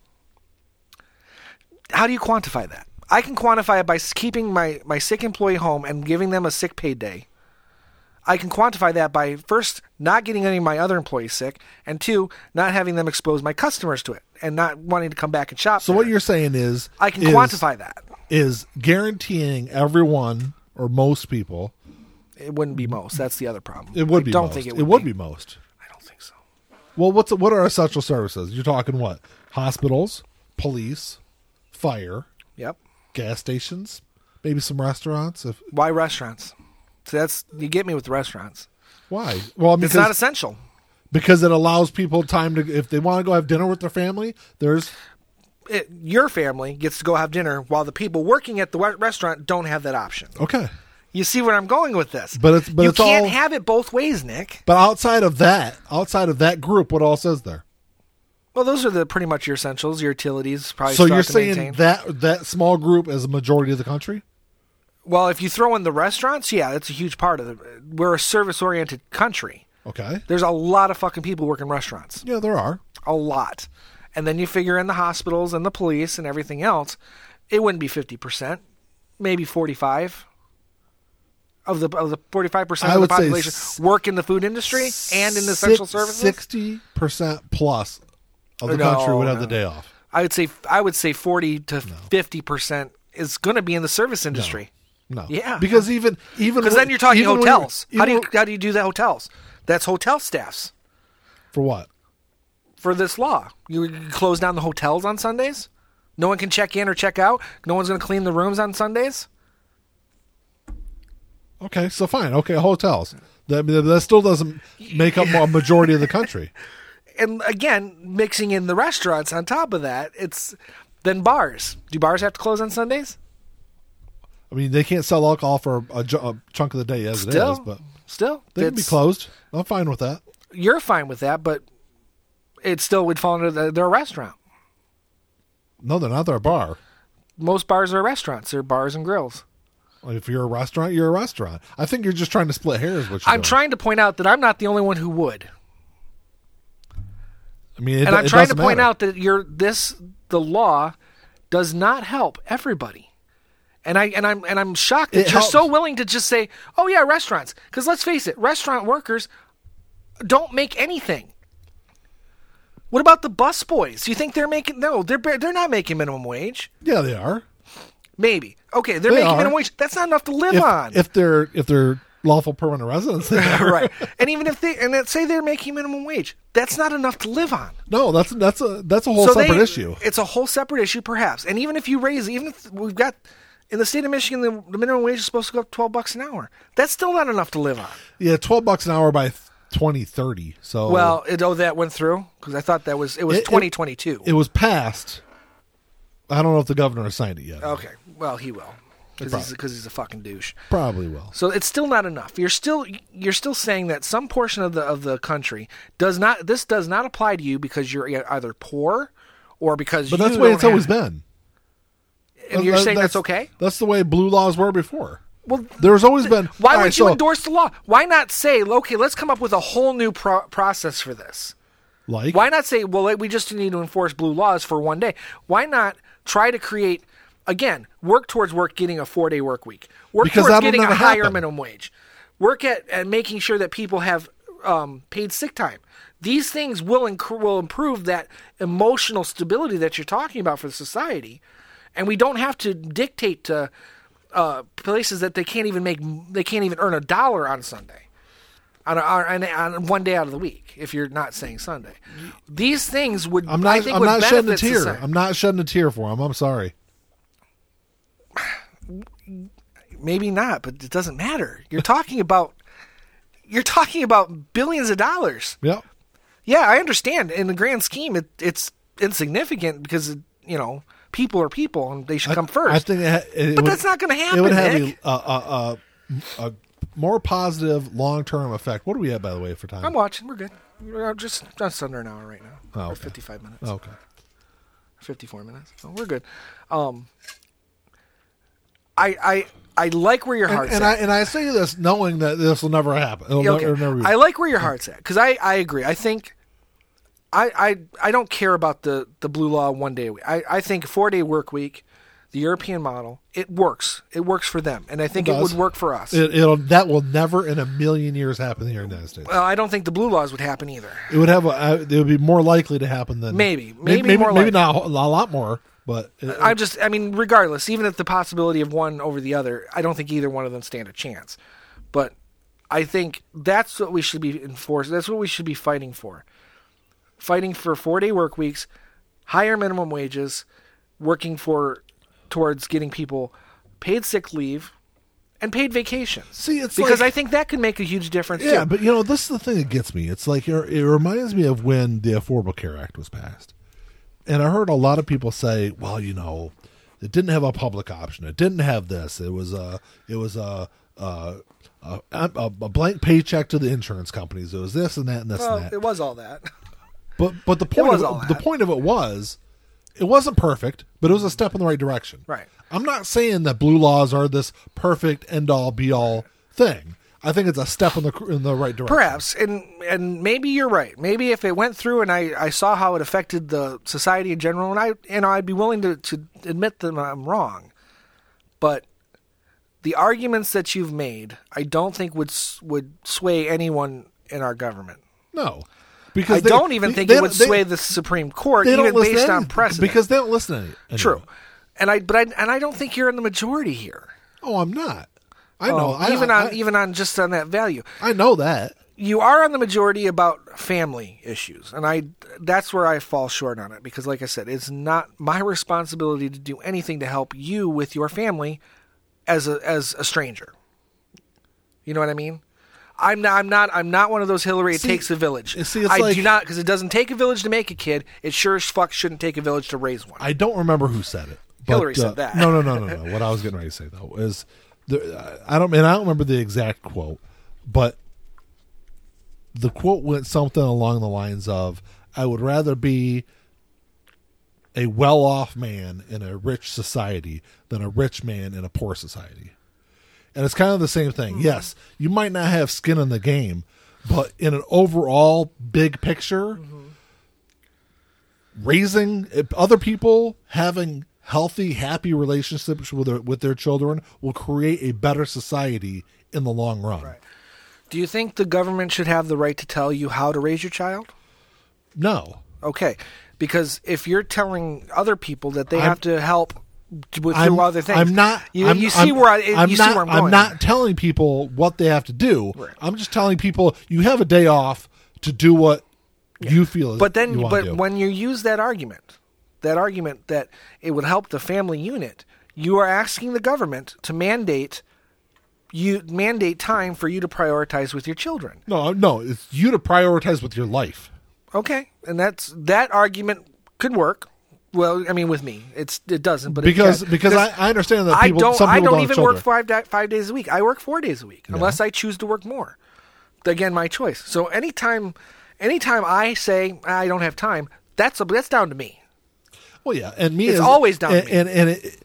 Speaker 1: how do you quantify that? I can quantify it by s- keeping my, my sick employee home and giving them a sick pay day. I can quantify that by first not getting any of my other employees sick, and two, not having them expose my customers to it and not wanting to come back and shop.
Speaker 2: So
Speaker 1: there.
Speaker 2: what you're saying is
Speaker 1: I can
Speaker 2: is-
Speaker 1: quantify that.
Speaker 2: is guaranteeing everyone or most people
Speaker 1: It wouldn't be most. That's the other problem.
Speaker 2: it
Speaker 1: I
Speaker 2: would be
Speaker 1: Don't
Speaker 2: most.
Speaker 1: think it would.
Speaker 2: it would be. most.
Speaker 1: I don't think so.
Speaker 2: Well, what's what are essential services? You're talking what? Hospitals, police, fire,
Speaker 1: Yep.
Speaker 2: gas stations, maybe some restaurants. If
Speaker 1: Why restaurants? So that's you get me with restaurants.
Speaker 2: why? Well,
Speaker 1: It's
Speaker 2: because
Speaker 1: not essential.
Speaker 2: because it allows people time to if they want to go have dinner with their family. There's
Speaker 1: It, your family gets to go have dinner while the people working at the we- restaurant don't have that option.
Speaker 2: okay,
Speaker 1: You see where I'm going with this?
Speaker 2: But it's- but
Speaker 1: you
Speaker 2: it's
Speaker 1: can't
Speaker 2: all-
Speaker 1: have it both ways, Nick.
Speaker 2: but outside of that, outside of that group, what else is there?
Speaker 1: Well, those are the pretty much your essentials, your utilities. Probably
Speaker 2: so
Speaker 1: still
Speaker 2: you're
Speaker 1: have to
Speaker 2: saying
Speaker 1: maintain.
Speaker 2: that that small group is a majority of the country?
Speaker 1: Well, if you throw in the restaurants, yeah, that's a huge part of it. We're a service-oriented country.
Speaker 2: Okay,
Speaker 1: There's a lot of fucking people working restaurants.
Speaker 2: yeah, there are.
Speaker 1: a lot. And then you figure in the hospitals and the police and everything else, it wouldn't be 50%, maybe 45 of the of the 45%
Speaker 2: I
Speaker 1: of the
Speaker 2: would say
Speaker 1: population
Speaker 2: s-
Speaker 1: work in the food industry and in the essential services.
Speaker 2: Sixty percent plus of the
Speaker 1: No,
Speaker 2: country would have
Speaker 1: no.
Speaker 2: the day off.
Speaker 1: I would say I would say 40 to 50% is going to be in the service industry.
Speaker 2: No,
Speaker 1: Yeah.
Speaker 2: because even even
Speaker 1: Cuz
Speaker 2: when-
Speaker 1: then you're talking
Speaker 2: even when you're-
Speaker 1: hotels. How
Speaker 2: even
Speaker 1: do you
Speaker 2: when-
Speaker 1: how do you do the hotels? That's hotel staffs
Speaker 2: for what?
Speaker 1: for this law. You would close down the hotels on Sundays? No one can check in or check out. No one's going to clean the rooms on Sundays.
Speaker 2: Okay, so fine. Okay, hotels. That that still doesn't make up a majority of the country.
Speaker 1: and again, mixing in the restaurants on top of that, it's then bars. Do bars have to close on Sundays?
Speaker 2: I mean, they can't sell alcohol for a, ju- a chunk of the day as
Speaker 1: Still,
Speaker 2: it is, but
Speaker 1: still,
Speaker 2: they can be
Speaker 1: it's-
Speaker 2: closed. I'm fine with that.
Speaker 1: You're fine with that, but it still would fall under the, their restaurant.
Speaker 2: No, they're not. They're a bar.
Speaker 1: Most bars are restaurants; they're bars and grills.
Speaker 2: Like, If you're a restaurant, you're a restaurant. I think you're just trying to split hairs. Which
Speaker 1: I'm trying to point out that I'm not the only one who would,
Speaker 2: I mean, it,
Speaker 1: and I'm
Speaker 2: it
Speaker 1: trying to
Speaker 2: doesn't
Speaker 1: point
Speaker 2: matter.
Speaker 1: out that you're this. The law does not help everybody. And I and I'm and I'm shocked that
Speaker 2: It
Speaker 1: you're so
Speaker 2: helps.
Speaker 1: willing to just say, "Oh yeah, restaurants." Because let's face it, restaurant workers don't make anything. What about the bus boys? You think they're making? No, they're ba- they're not making minimum wage.
Speaker 2: Yeah, they are.
Speaker 1: Maybe okay, they're
Speaker 2: They
Speaker 1: making
Speaker 2: are.
Speaker 1: minimum wage. That's not enough to live
Speaker 2: If,
Speaker 1: on,
Speaker 2: if they're if they're lawful permanent residents, they are.
Speaker 1: right? And even if they and let's say they're making minimum wage, that's not enough to live on.
Speaker 2: no, that's that's a that's a whole
Speaker 1: So
Speaker 2: separate
Speaker 1: they-
Speaker 2: issue.
Speaker 1: It's a whole separate issue, perhaps. And even if you raise, even if we've got in the state of Michigan, the, the minimum wage is supposed to go up twelve bucks an hour. That's still not enough to live on.
Speaker 2: Yeah, twelve bucks an hour by twenty thirty. So
Speaker 1: Well, it, oh, that went through because I thought that was it was
Speaker 2: It- it-
Speaker 1: twenty twenty two.
Speaker 2: it was passed. I don't know if the governor has signed it yet.
Speaker 1: Okay, well he will because he's
Speaker 2: Probably.
Speaker 1: because he's a fucking douche.
Speaker 2: Probably will.
Speaker 1: So it's still not enough. You're still you're still saying that some portion of the of the country does not this does not apply to you because you're e- either poor or because
Speaker 2: But that's
Speaker 1: you
Speaker 2: the way
Speaker 1: don't
Speaker 2: it's always
Speaker 1: have-
Speaker 2: been.
Speaker 1: And you're
Speaker 2: That-
Speaker 1: saying that's, okay?
Speaker 2: Uh, That's the way blue laws were before.
Speaker 1: Well,
Speaker 2: There's always been.
Speaker 1: Why
Speaker 2: all
Speaker 1: would
Speaker 2: right,
Speaker 1: you
Speaker 2: so
Speaker 1: endorse the law? Why not say, okay, let's come up with a whole new pro- process for this?
Speaker 2: Like,
Speaker 1: Why not say, well, we just need to enforce blue laws for one day? Why not try to create, again, work towards work getting a four day work week, work
Speaker 2: Because
Speaker 1: towards
Speaker 2: that'll
Speaker 1: getting a
Speaker 2: never
Speaker 1: higher
Speaker 2: happen.
Speaker 1: minimum wage, work at, at making sure that people have um, paid sick time. These things will inc- will improve that emotional stability that you're talking about for society, and we don't have to dictate to uh, places that they can't even make they can't even earn a dollar on Sunday on, a, on, a- on one day out of the week if you're not saying Sunday. These things would
Speaker 2: I'm not.
Speaker 1: I think
Speaker 2: I'm
Speaker 1: would
Speaker 2: not shedding a
Speaker 1: benefit
Speaker 2: tear.
Speaker 1: society.
Speaker 2: I'm not shedding a tear for him. I'm sorry.
Speaker 1: Maybe not, but it doesn't matter. You're talking about you're talking about billions of dollars.
Speaker 2: Yep.
Speaker 1: Yeah, I understand. In the grand scheme, it, it's insignificant because you know people are people and they should come first.
Speaker 2: I think it, ha- it
Speaker 1: But
Speaker 2: would-
Speaker 1: that's not gonna
Speaker 2: It would
Speaker 1: happen,
Speaker 2: have
Speaker 1: Nick.
Speaker 2: a, a, a, a more positive long term effect. What do we have by the way for time?
Speaker 1: I'm watching. We're good. We're just just under an hour right now.
Speaker 2: Oh,
Speaker 1: We're
Speaker 2: okay.
Speaker 1: 55 minutes.
Speaker 2: Oh, okay.
Speaker 1: 54 minutes. So we're good. Um, I I I like where your heart's
Speaker 2: And
Speaker 1: at.
Speaker 2: I and I say this knowing that this will never happen. It'll,
Speaker 1: Yeah,
Speaker 2: ne- it'll
Speaker 1: okay.
Speaker 2: never. be-
Speaker 1: I like where your heart's at because I, I agree. I think I, I I don't care about the the blue law one day a week. I, I think four day work week, the European model, it works. It works for them, and I think
Speaker 2: It
Speaker 1: it,
Speaker 2: does.
Speaker 1: would work for us.
Speaker 2: It, it'll that will never in a million years happen here in the United States.
Speaker 1: well, I don't think the blue laws would happen either.
Speaker 2: It would have a, I- it would be more likely to happen than
Speaker 1: Maybe. Maybe
Speaker 2: maybe,
Speaker 1: more Uh,
Speaker 2: maybe not a whole- a lot more, but it,
Speaker 1: I'm just, I mean, regardless, even if the possibility of one over the other, I don't think either one of them stand a chance. But I think that's what we should be enforcing. That's what we should be fighting for. Fighting for four day work weeks, higher minimum wages, working for towards getting people paid sick leave and paid vacations.
Speaker 2: see it's
Speaker 1: because
Speaker 2: like-
Speaker 1: I think that could make a huge difference
Speaker 2: Yeah,
Speaker 1: too.
Speaker 2: but you know, this is the thing that gets me. It's like it, it reminds me of when the Affordable Care Act was passed, and I heard a lot of people say, "Well, you know, it didn't have a public option. It didn't have this. It was a, it was a, a, a, a, a blank paycheck to the insurance companies. It was this and that and this
Speaker 1: Well,
Speaker 2: and that."
Speaker 1: it was all that.
Speaker 2: but but the point
Speaker 1: was all
Speaker 2: of it, the
Speaker 1: that.
Speaker 2: point of it was, it wasn't perfect, but it was a step in the right direction.
Speaker 1: Right.
Speaker 2: I'm not saying that blue laws are this perfect end all be all thing. I think it's a step in the in the right direction.
Speaker 1: Perhaps, and and maybe you're right. Maybe if it went through and I, I saw how it affected the society in general, and I you know I'd be willing to, to admit that I'm wrong, but the arguments that you've made, I don't think would s- would sway anyone in our government.
Speaker 2: No, because
Speaker 1: I don't even think it would sway the Supreme Court, even
Speaker 2: listen
Speaker 1: based
Speaker 2: to
Speaker 1: on
Speaker 2: any-
Speaker 1: precedent.
Speaker 2: because they don't listen to any. anyway.
Speaker 1: true, and I but I and I don't think you're in the majority here.
Speaker 2: Oh, I'm not. I know. I,
Speaker 1: Oh, even
Speaker 2: I,
Speaker 1: on even on just on that value.
Speaker 2: I know that.
Speaker 1: you are on the majority about family issues and i that's where i fall short on it because like i said it's not my responsibility to do anything to help you with your family as a as a stranger you know what i mean i'm not i'm not i'm not one of those hillary it
Speaker 2: See-
Speaker 1: takes a village
Speaker 2: see, it's
Speaker 1: i
Speaker 2: like-
Speaker 1: do not because it doesn't take a village to make a kid it sure as fuck shouldn't take a village to raise one
Speaker 2: I don't remember who said it. But,
Speaker 1: Hillary said
Speaker 2: uh,
Speaker 1: that.
Speaker 2: No, no, no, no, no. What I was getting ready to say though is, there, I don't, and I don't remember the exact quote, but the quote went something along the lines of, "I would rather be a well-off man in a rich society than a rich man in a poor society." And it's kind of the same
Speaker 1: Hmm.
Speaker 2: thing. Yes, you might not have skin in the game, but in an overall big picture,
Speaker 1: Hmm.
Speaker 2: raising other people, having healthy, happy relationships with their, with their children will create a better society in the long run.
Speaker 1: do you think the government should have the right to tell you how to raise your child
Speaker 2: No,
Speaker 1: Okay, because if you're telling other people that they
Speaker 2: I'm-
Speaker 1: have to help t- with
Speaker 2: I'm,
Speaker 1: through other things,
Speaker 2: I'm not.
Speaker 1: You,
Speaker 2: I'm-
Speaker 1: you see
Speaker 2: I'm-
Speaker 1: where I, you
Speaker 2: I'm
Speaker 1: see
Speaker 2: not,
Speaker 1: where I'm going.
Speaker 2: not telling people what they have to do.
Speaker 1: Right.
Speaker 2: I'm just telling people you have a day off to do what you feel.
Speaker 1: But then,
Speaker 2: you wanna
Speaker 1: but
Speaker 2: do.
Speaker 1: when you use that argument, that argument that it would help the family unit, you are asking the government to mandate you mandate time for you to prioritize with your children.
Speaker 2: no, no, it's you to prioritize with your life.
Speaker 1: Okay, and that's that argument could work. Well, I mean, with me, it's it doesn't, but
Speaker 2: Because
Speaker 1: it can.
Speaker 2: because I, I understand that people
Speaker 1: I don't.
Speaker 2: some people
Speaker 1: I don't,
Speaker 2: have
Speaker 1: even
Speaker 2: children.
Speaker 1: work five di- five days a week. I work four days a week, unless I choose to work more. Again, my choice. So anytime, anytime I say I don't have time, that's a, that's down to me.
Speaker 2: Well, yeah, and me
Speaker 1: It's
Speaker 2: as-
Speaker 1: always down to
Speaker 2: and
Speaker 1: me.
Speaker 2: and and, it,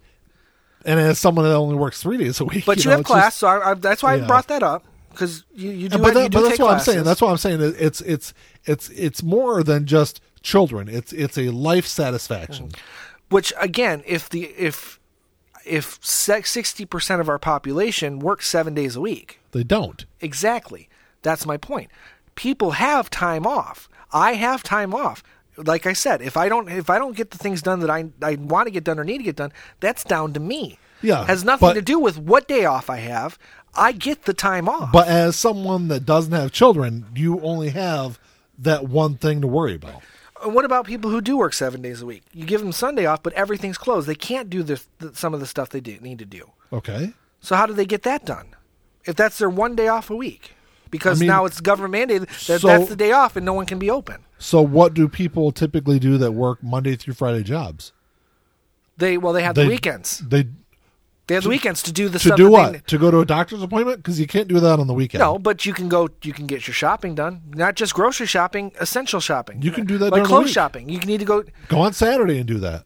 Speaker 2: and as someone that only works three days a week,
Speaker 1: But you,
Speaker 2: know,
Speaker 1: have
Speaker 2: it's just-
Speaker 1: class, so I, I, that's why
Speaker 2: yeah.
Speaker 1: I brought that up because you you do.
Speaker 2: but,
Speaker 1: have-
Speaker 2: that-
Speaker 1: you do
Speaker 2: but that's
Speaker 1: take
Speaker 2: what
Speaker 1: classes.
Speaker 2: I'm saying. That's what I'm saying. It- It's it's it's it's more than just children. It's it's a life satisfaction.
Speaker 1: Mm. Which again, if the if if sixty percent of our population works seven days a week,
Speaker 2: They don't.
Speaker 1: Exactly. That's my point. People have time off. I have time off. Like I said, if I don't if I don't get the things done that I I want to get done or need to get done, that's down to me.
Speaker 2: Yeah,
Speaker 1: Has nothing
Speaker 2: but-
Speaker 1: to do with what day off I have. I get the time off.
Speaker 2: But as someone that doesn't have children, you only have that one thing to worry about.
Speaker 1: And what about people who do work 7 days a week? You give them Sunday off, but everything's closed. They can't do the, the some of the stuff they do, need to do.
Speaker 2: Okay.
Speaker 1: So how do they get that done? If that's their one day off a week. Because
Speaker 2: I mean,
Speaker 1: now it's government mandated that
Speaker 2: so-
Speaker 1: that's the day off and no one can be open.
Speaker 2: So what do people typically do that work Monday through Friday jobs?
Speaker 1: They well they have
Speaker 2: They-
Speaker 1: the weekends.
Speaker 2: They
Speaker 1: They have the weekends to do the
Speaker 2: to
Speaker 1: stuff.
Speaker 2: do
Speaker 1: that
Speaker 2: what?
Speaker 1: They,
Speaker 2: to go to a doctor's appointment because you can't do that on the weekend.
Speaker 1: no, but you can go. You can get your shopping done. Not just grocery shopping, essential shopping.
Speaker 2: You can do that during
Speaker 1: like
Speaker 2: the
Speaker 1: clothes
Speaker 2: week.
Speaker 1: shopping. You can need to go.
Speaker 2: Go on Saturday and do that.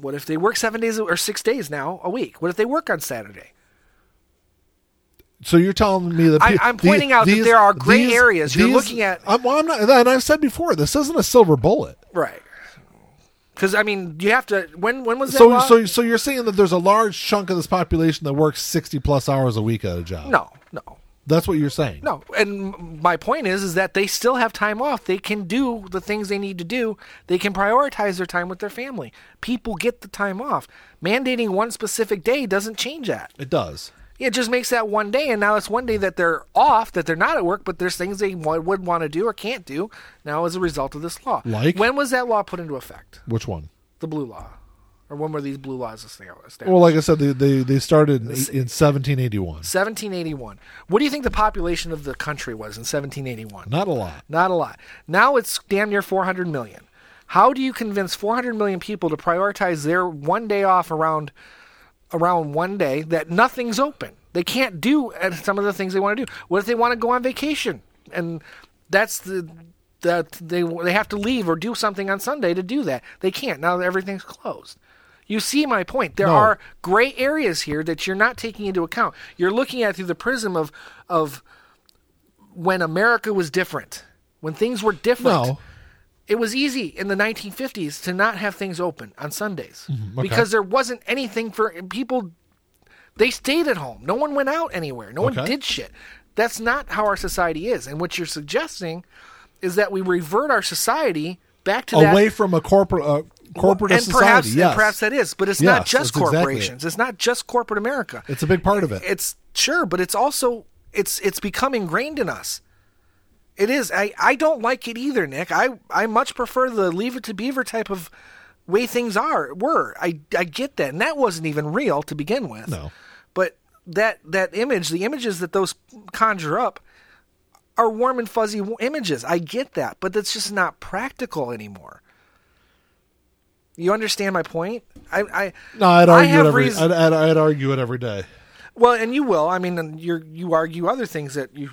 Speaker 1: What if they work seven days or six days now a week? What if they work on Saturday?
Speaker 2: So you're telling me that
Speaker 1: I-
Speaker 2: pe-
Speaker 1: I'm
Speaker 2: the-
Speaker 1: pointing out that there are gray
Speaker 2: these-
Speaker 1: areas. You're looking at-
Speaker 2: I'm, well, I'm not, and I've said before, this isn't a silver bullet.
Speaker 1: Right. Because I mean, you have to. When when was that?
Speaker 2: So,
Speaker 1: law?
Speaker 2: so, so you're saying that there's a large chunk of this population that works 60 plus hours a week at a job.
Speaker 1: no, no,
Speaker 2: That's what you're saying.
Speaker 1: no. And m- my point is, is that they still have time off. They can do the things they need to do. They can prioritize their time with their family. People get the time off. Mandating one specific day doesn't change that.
Speaker 2: It does.
Speaker 1: It just makes that one day, and now it's one day that they're off, that they're not at work, but there's things they w- would want to do or can't do now as a result of this law.
Speaker 2: Like?
Speaker 1: when was that law put into effect?
Speaker 2: Which one?
Speaker 1: The blue law, or when were these blue laws established?
Speaker 2: Well, like I said, they, they, they started in, in 1781.
Speaker 1: 1781. What do you think the population of the country was in 1781?
Speaker 2: Not a lot.
Speaker 1: Not a lot. Now it's damn near 400 million. How do you convince 400 million people to prioritize their one day off around around one day that nothing's open? They can't do uh, some of the things they want to do. What if they want to go on vacation and that's the that they they have to leave or do something on Sunday to do that? They can't now. that Everything's closed. You see my point. There
Speaker 2: No.
Speaker 1: are gray areas here that you're not taking into account. You're looking at it through the prism of of when America was different, when things were different.
Speaker 2: No.
Speaker 1: It was easy in the 1950s to not have things open on Sundays
Speaker 2: Mm-hmm. okay.
Speaker 1: because there wasn't anything for people. They stayed at home. No one went out anywhere. No one
Speaker 2: Okay.
Speaker 1: did shit. That's not how our society is. And what you're suggesting is that we revert our society back to that
Speaker 2: Away from a corporate uh, corporate
Speaker 1: and
Speaker 2: society.
Speaker 1: Perhaps,
Speaker 2: yes.
Speaker 1: And perhaps that is, but it's not
Speaker 2: Yes,
Speaker 1: just
Speaker 2: that's exactly it.
Speaker 1: corporations. It's not just corporate America.
Speaker 2: it's a big part of it.
Speaker 1: it's sure, but it's also it's it's become ingrained in us. It is. I I don't like it either, Nick. I I much prefer the leave it to beaver type of way things are were. I I get that, and that wasn't even real to begin with.
Speaker 2: No.
Speaker 1: but that that image, the images that those conjure up. Are warm and fuzzy w- images. I get that, but that's just not practical anymore. You understand my point? I, I
Speaker 2: no, I'd
Speaker 1: I
Speaker 2: argue it
Speaker 1: have
Speaker 2: every.
Speaker 1: reason-
Speaker 2: I'd, I'd, I'd argue it every day.
Speaker 1: well, and you will. I mean, you you argue other things that you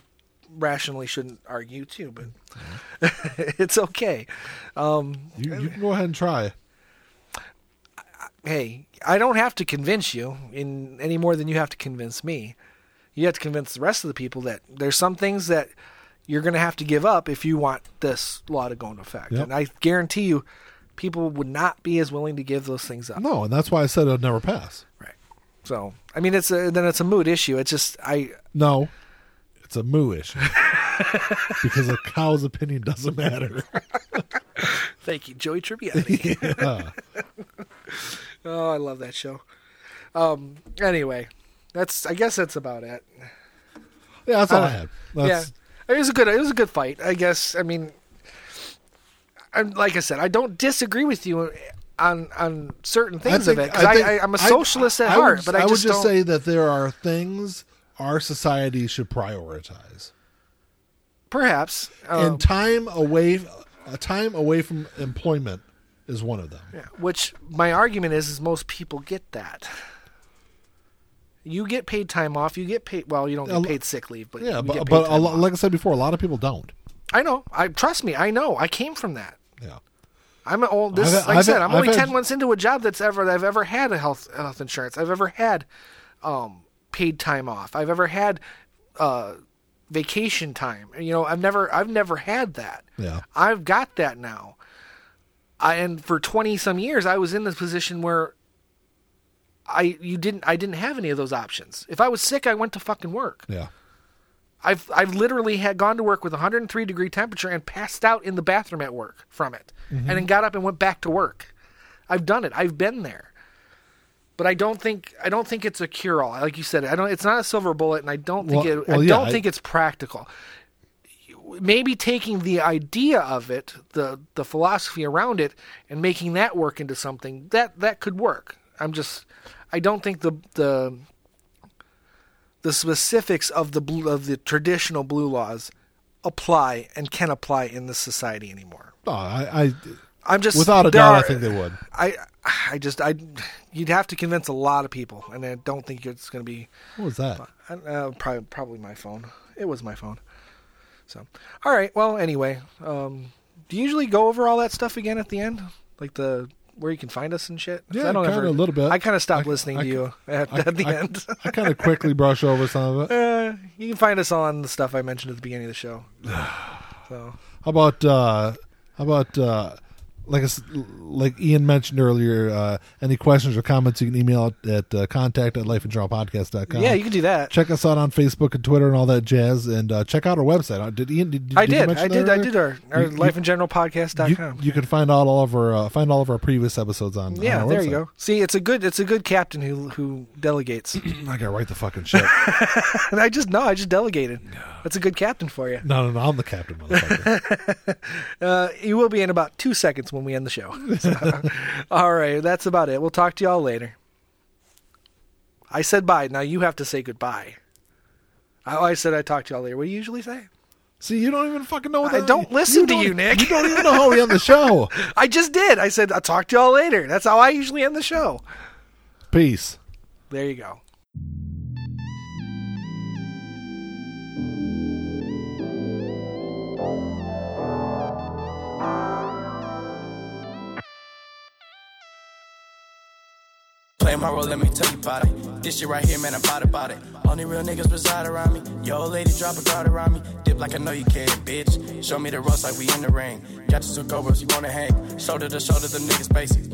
Speaker 1: rationally shouldn't argue too, but
Speaker 2: Mm-hmm.
Speaker 1: it's okay. Um,
Speaker 2: You, you can go ahead and try.
Speaker 1: hey, I don't have to convince you in any more than you have to convince me. You have to convince the rest of the people that there's some things that you're going to have to give up if you want this law to go into effect.
Speaker 2: Yep.
Speaker 1: And I guarantee you, people would not be as willing to give those things up.
Speaker 2: No, and that's why I said it'd never pass.
Speaker 1: Right. So, I mean, it's a, then it's a mood issue. It's just I
Speaker 2: No, it's a moo issue because a cow's opinion doesn't matter.
Speaker 1: Thank you, Joey Tribbiani. oh, I love that show. Um. Anyway, that's. I guess that's about it.
Speaker 2: Yeah, that's all I had. That's,
Speaker 1: Uh, yeah, it was a good. It was a good fight. I guess. I mean, I'm like I said, I don't disagree with you on on certain things of it 'cause I,
Speaker 2: think-
Speaker 1: I, am a
Speaker 2: I-
Speaker 1: socialist at
Speaker 2: I would
Speaker 1: heart,
Speaker 2: just-
Speaker 1: but I,
Speaker 2: would
Speaker 1: just,
Speaker 2: just
Speaker 1: don't.
Speaker 2: say that there are things our society should prioritize,
Speaker 1: perhaps. Um,
Speaker 2: and time away, a time away from employment is one of them.
Speaker 1: Yeah, which my argument is, is most people get that. You get paid time off. You get paid. Well, you don't
Speaker 2: A
Speaker 1: get
Speaker 2: lo-
Speaker 1: paid sick leave, but
Speaker 2: Yeah,
Speaker 1: you
Speaker 2: but
Speaker 1: get paid
Speaker 2: but a
Speaker 1: time
Speaker 2: lot,
Speaker 1: off.
Speaker 2: like I said before, a lot of people don't.
Speaker 1: I know. I trust me. I know. I came from that.
Speaker 2: Yeah,
Speaker 1: I'm an old. This,
Speaker 2: I've-
Speaker 1: like I
Speaker 2: I've-
Speaker 1: said, I'm only
Speaker 2: I've had-
Speaker 1: ten months into a job that's ever that I've ever had a health health insurance. I've ever had um, paid time off. I've ever had uh, vacation time. You know, I've never I've never had that.
Speaker 2: Yeah.
Speaker 1: I've got that now. I and for twenty some years, I was in this position where I you didn't I didn't have any of those options. If I was sick, I went to fucking work.
Speaker 2: yeah.
Speaker 1: I've I've literally had gone to work with 103 degree temperature and passed out in the bathroom at work from it,
Speaker 2: Mm-hmm.
Speaker 1: and then got up and went back to work. I've done it. I've been there. But I don't think I don't think it's a cure all. Like you said, I don't. It's not a silver bullet, and I don't think
Speaker 2: Well-
Speaker 1: it. I
Speaker 2: well, yeah,
Speaker 1: don't
Speaker 2: I-
Speaker 1: think it's practical. Maybe taking the idea of it, the the philosophy around it, and making that work into something that that could work. I'm just. I don't think the the the specifics of the blue, of the traditional blue laws apply and can apply in this society anymore.
Speaker 2: No, I, I
Speaker 1: I'm just
Speaker 2: Without a
Speaker 1: there
Speaker 2: doubt, I
Speaker 1: are-
Speaker 2: think they would.
Speaker 1: I I just I you'd have to convince a lot of people, and I don't think it's going to be
Speaker 2: What was that?
Speaker 1: I- uh, probably probably my phone. It was my phone. So all right. Well, anyway, um, do you usually go over all that stuff again at the end, like the where you can find us and shit? 'Cause
Speaker 2: Yeah,
Speaker 1: I don't
Speaker 2: kinda
Speaker 1: ever-
Speaker 2: a little bit.
Speaker 1: I kind of stopped
Speaker 2: I-
Speaker 1: listening
Speaker 2: I-
Speaker 1: to you at,
Speaker 2: I-
Speaker 1: at the
Speaker 2: I-
Speaker 1: end.
Speaker 2: I kind of quickly brush over some of it.
Speaker 1: Uh, you can find us on the stuff I mentioned at the beginning of the show. So
Speaker 2: How about uh, how about uh, like I s- like Ian mentioned earlier, uh, any questions or comments, you can email it at uh, contact at lifeandjournalpodcast.com.
Speaker 1: Yeah, you can do that.
Speaker 2: check us out on Facebook and Twitter and all that jazz, and uh, check out our website. Uh, Did Ian? Did, did
Speaker 1: I
Speaker 2: you
Speaker 1: did.
Speaker 2: mention
Speaker 1: I
Speaker 2: that
Speaker 1: did. I
Speaker 2: earlier?
Speaker 1: did our, our
Speaker 2: You- you- You,
Speaker 1: lifeandgeneralpodcast.com.
Speaker 2: you can find out all of our uh, find all of our previous episodes on. on
Speaker 1: yeah,
Speaker 2: our
Speaker 1: there you
Speaker 2: website.
Speaker 1: go. See, it's a good it's a good captain who who delegates.
Speaker 2: I gotta write the fucking shit.
Speaker 1: and I just no, I just delegated. That's a good captain for you.
Speaker 2: no, no, no. I'm the captain, motherfucker.
Speaker 1: Uh, you will be in about two seconds when we end the show. So, all right, that's about it. We'll talk to y'all later. I said bye. Now you have to say goodbye. I, I said I talk to y'all later. What do you usually say?
Speaker 2: See, you don't even fucking know. What
Speaker 1: I
Speaker 2: the-
Speaker 1: don't listen to
Speaker 2: don't- e-
Speaker 1: you, Nick.
Speaker 2: You don't even know how we end the show.
Speaker 1: I just did. I said I'll talk to y'all later. That's how I usually end the show.
Speaker 2: Peace.
Speaker 1: There you go.
Speaker 3: Play my role, let me tell you about it. This shit right here, man, I'm about about it. Only real niggas reside around me. Yo, old lady, drop a guard around me. Dip like I know you can, bitch. Show me the ropes like we in the ring. Got you two cobras, you wanna hang. Shoulder to shoulder, them niggas basic.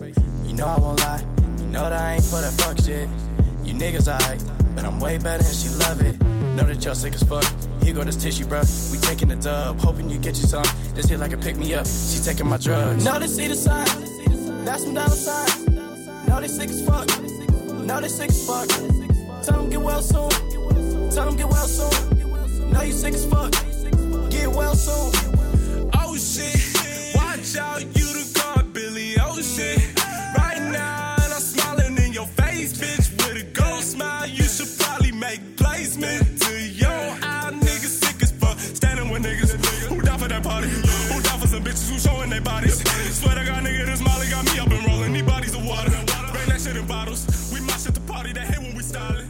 Speaker 3: You know I won't lie. You know that I ain't for that fuck shit. You niggas alright, but I'm way better and she love it. Know that y'all sick as fuck. Here go this tissue, bruh. We taking the dub, hoping you get you some. This hit like a pick me up. She taking my drugs. Know they see the sign. That's some dollar signs. No, they sick as fuck. No, they sick as fuck. Tell them get well soon. Tell them get well soon. No, you sick as fuck. Get well soon. Oh shit. Watch out, you the car, Billy Ocean. Right now, and I'm smiling in your face, bitch. With a gold smile, you should probably make placement to your eye, niggas sick as fuck. Standing with niggas who down for that party, who down for some bitches who showing their bodies. Swear to God, nigga, this Molly got me up and rolling. These bodies of water, bring that shit in bottles. We mosh at the party, they hate when we styling.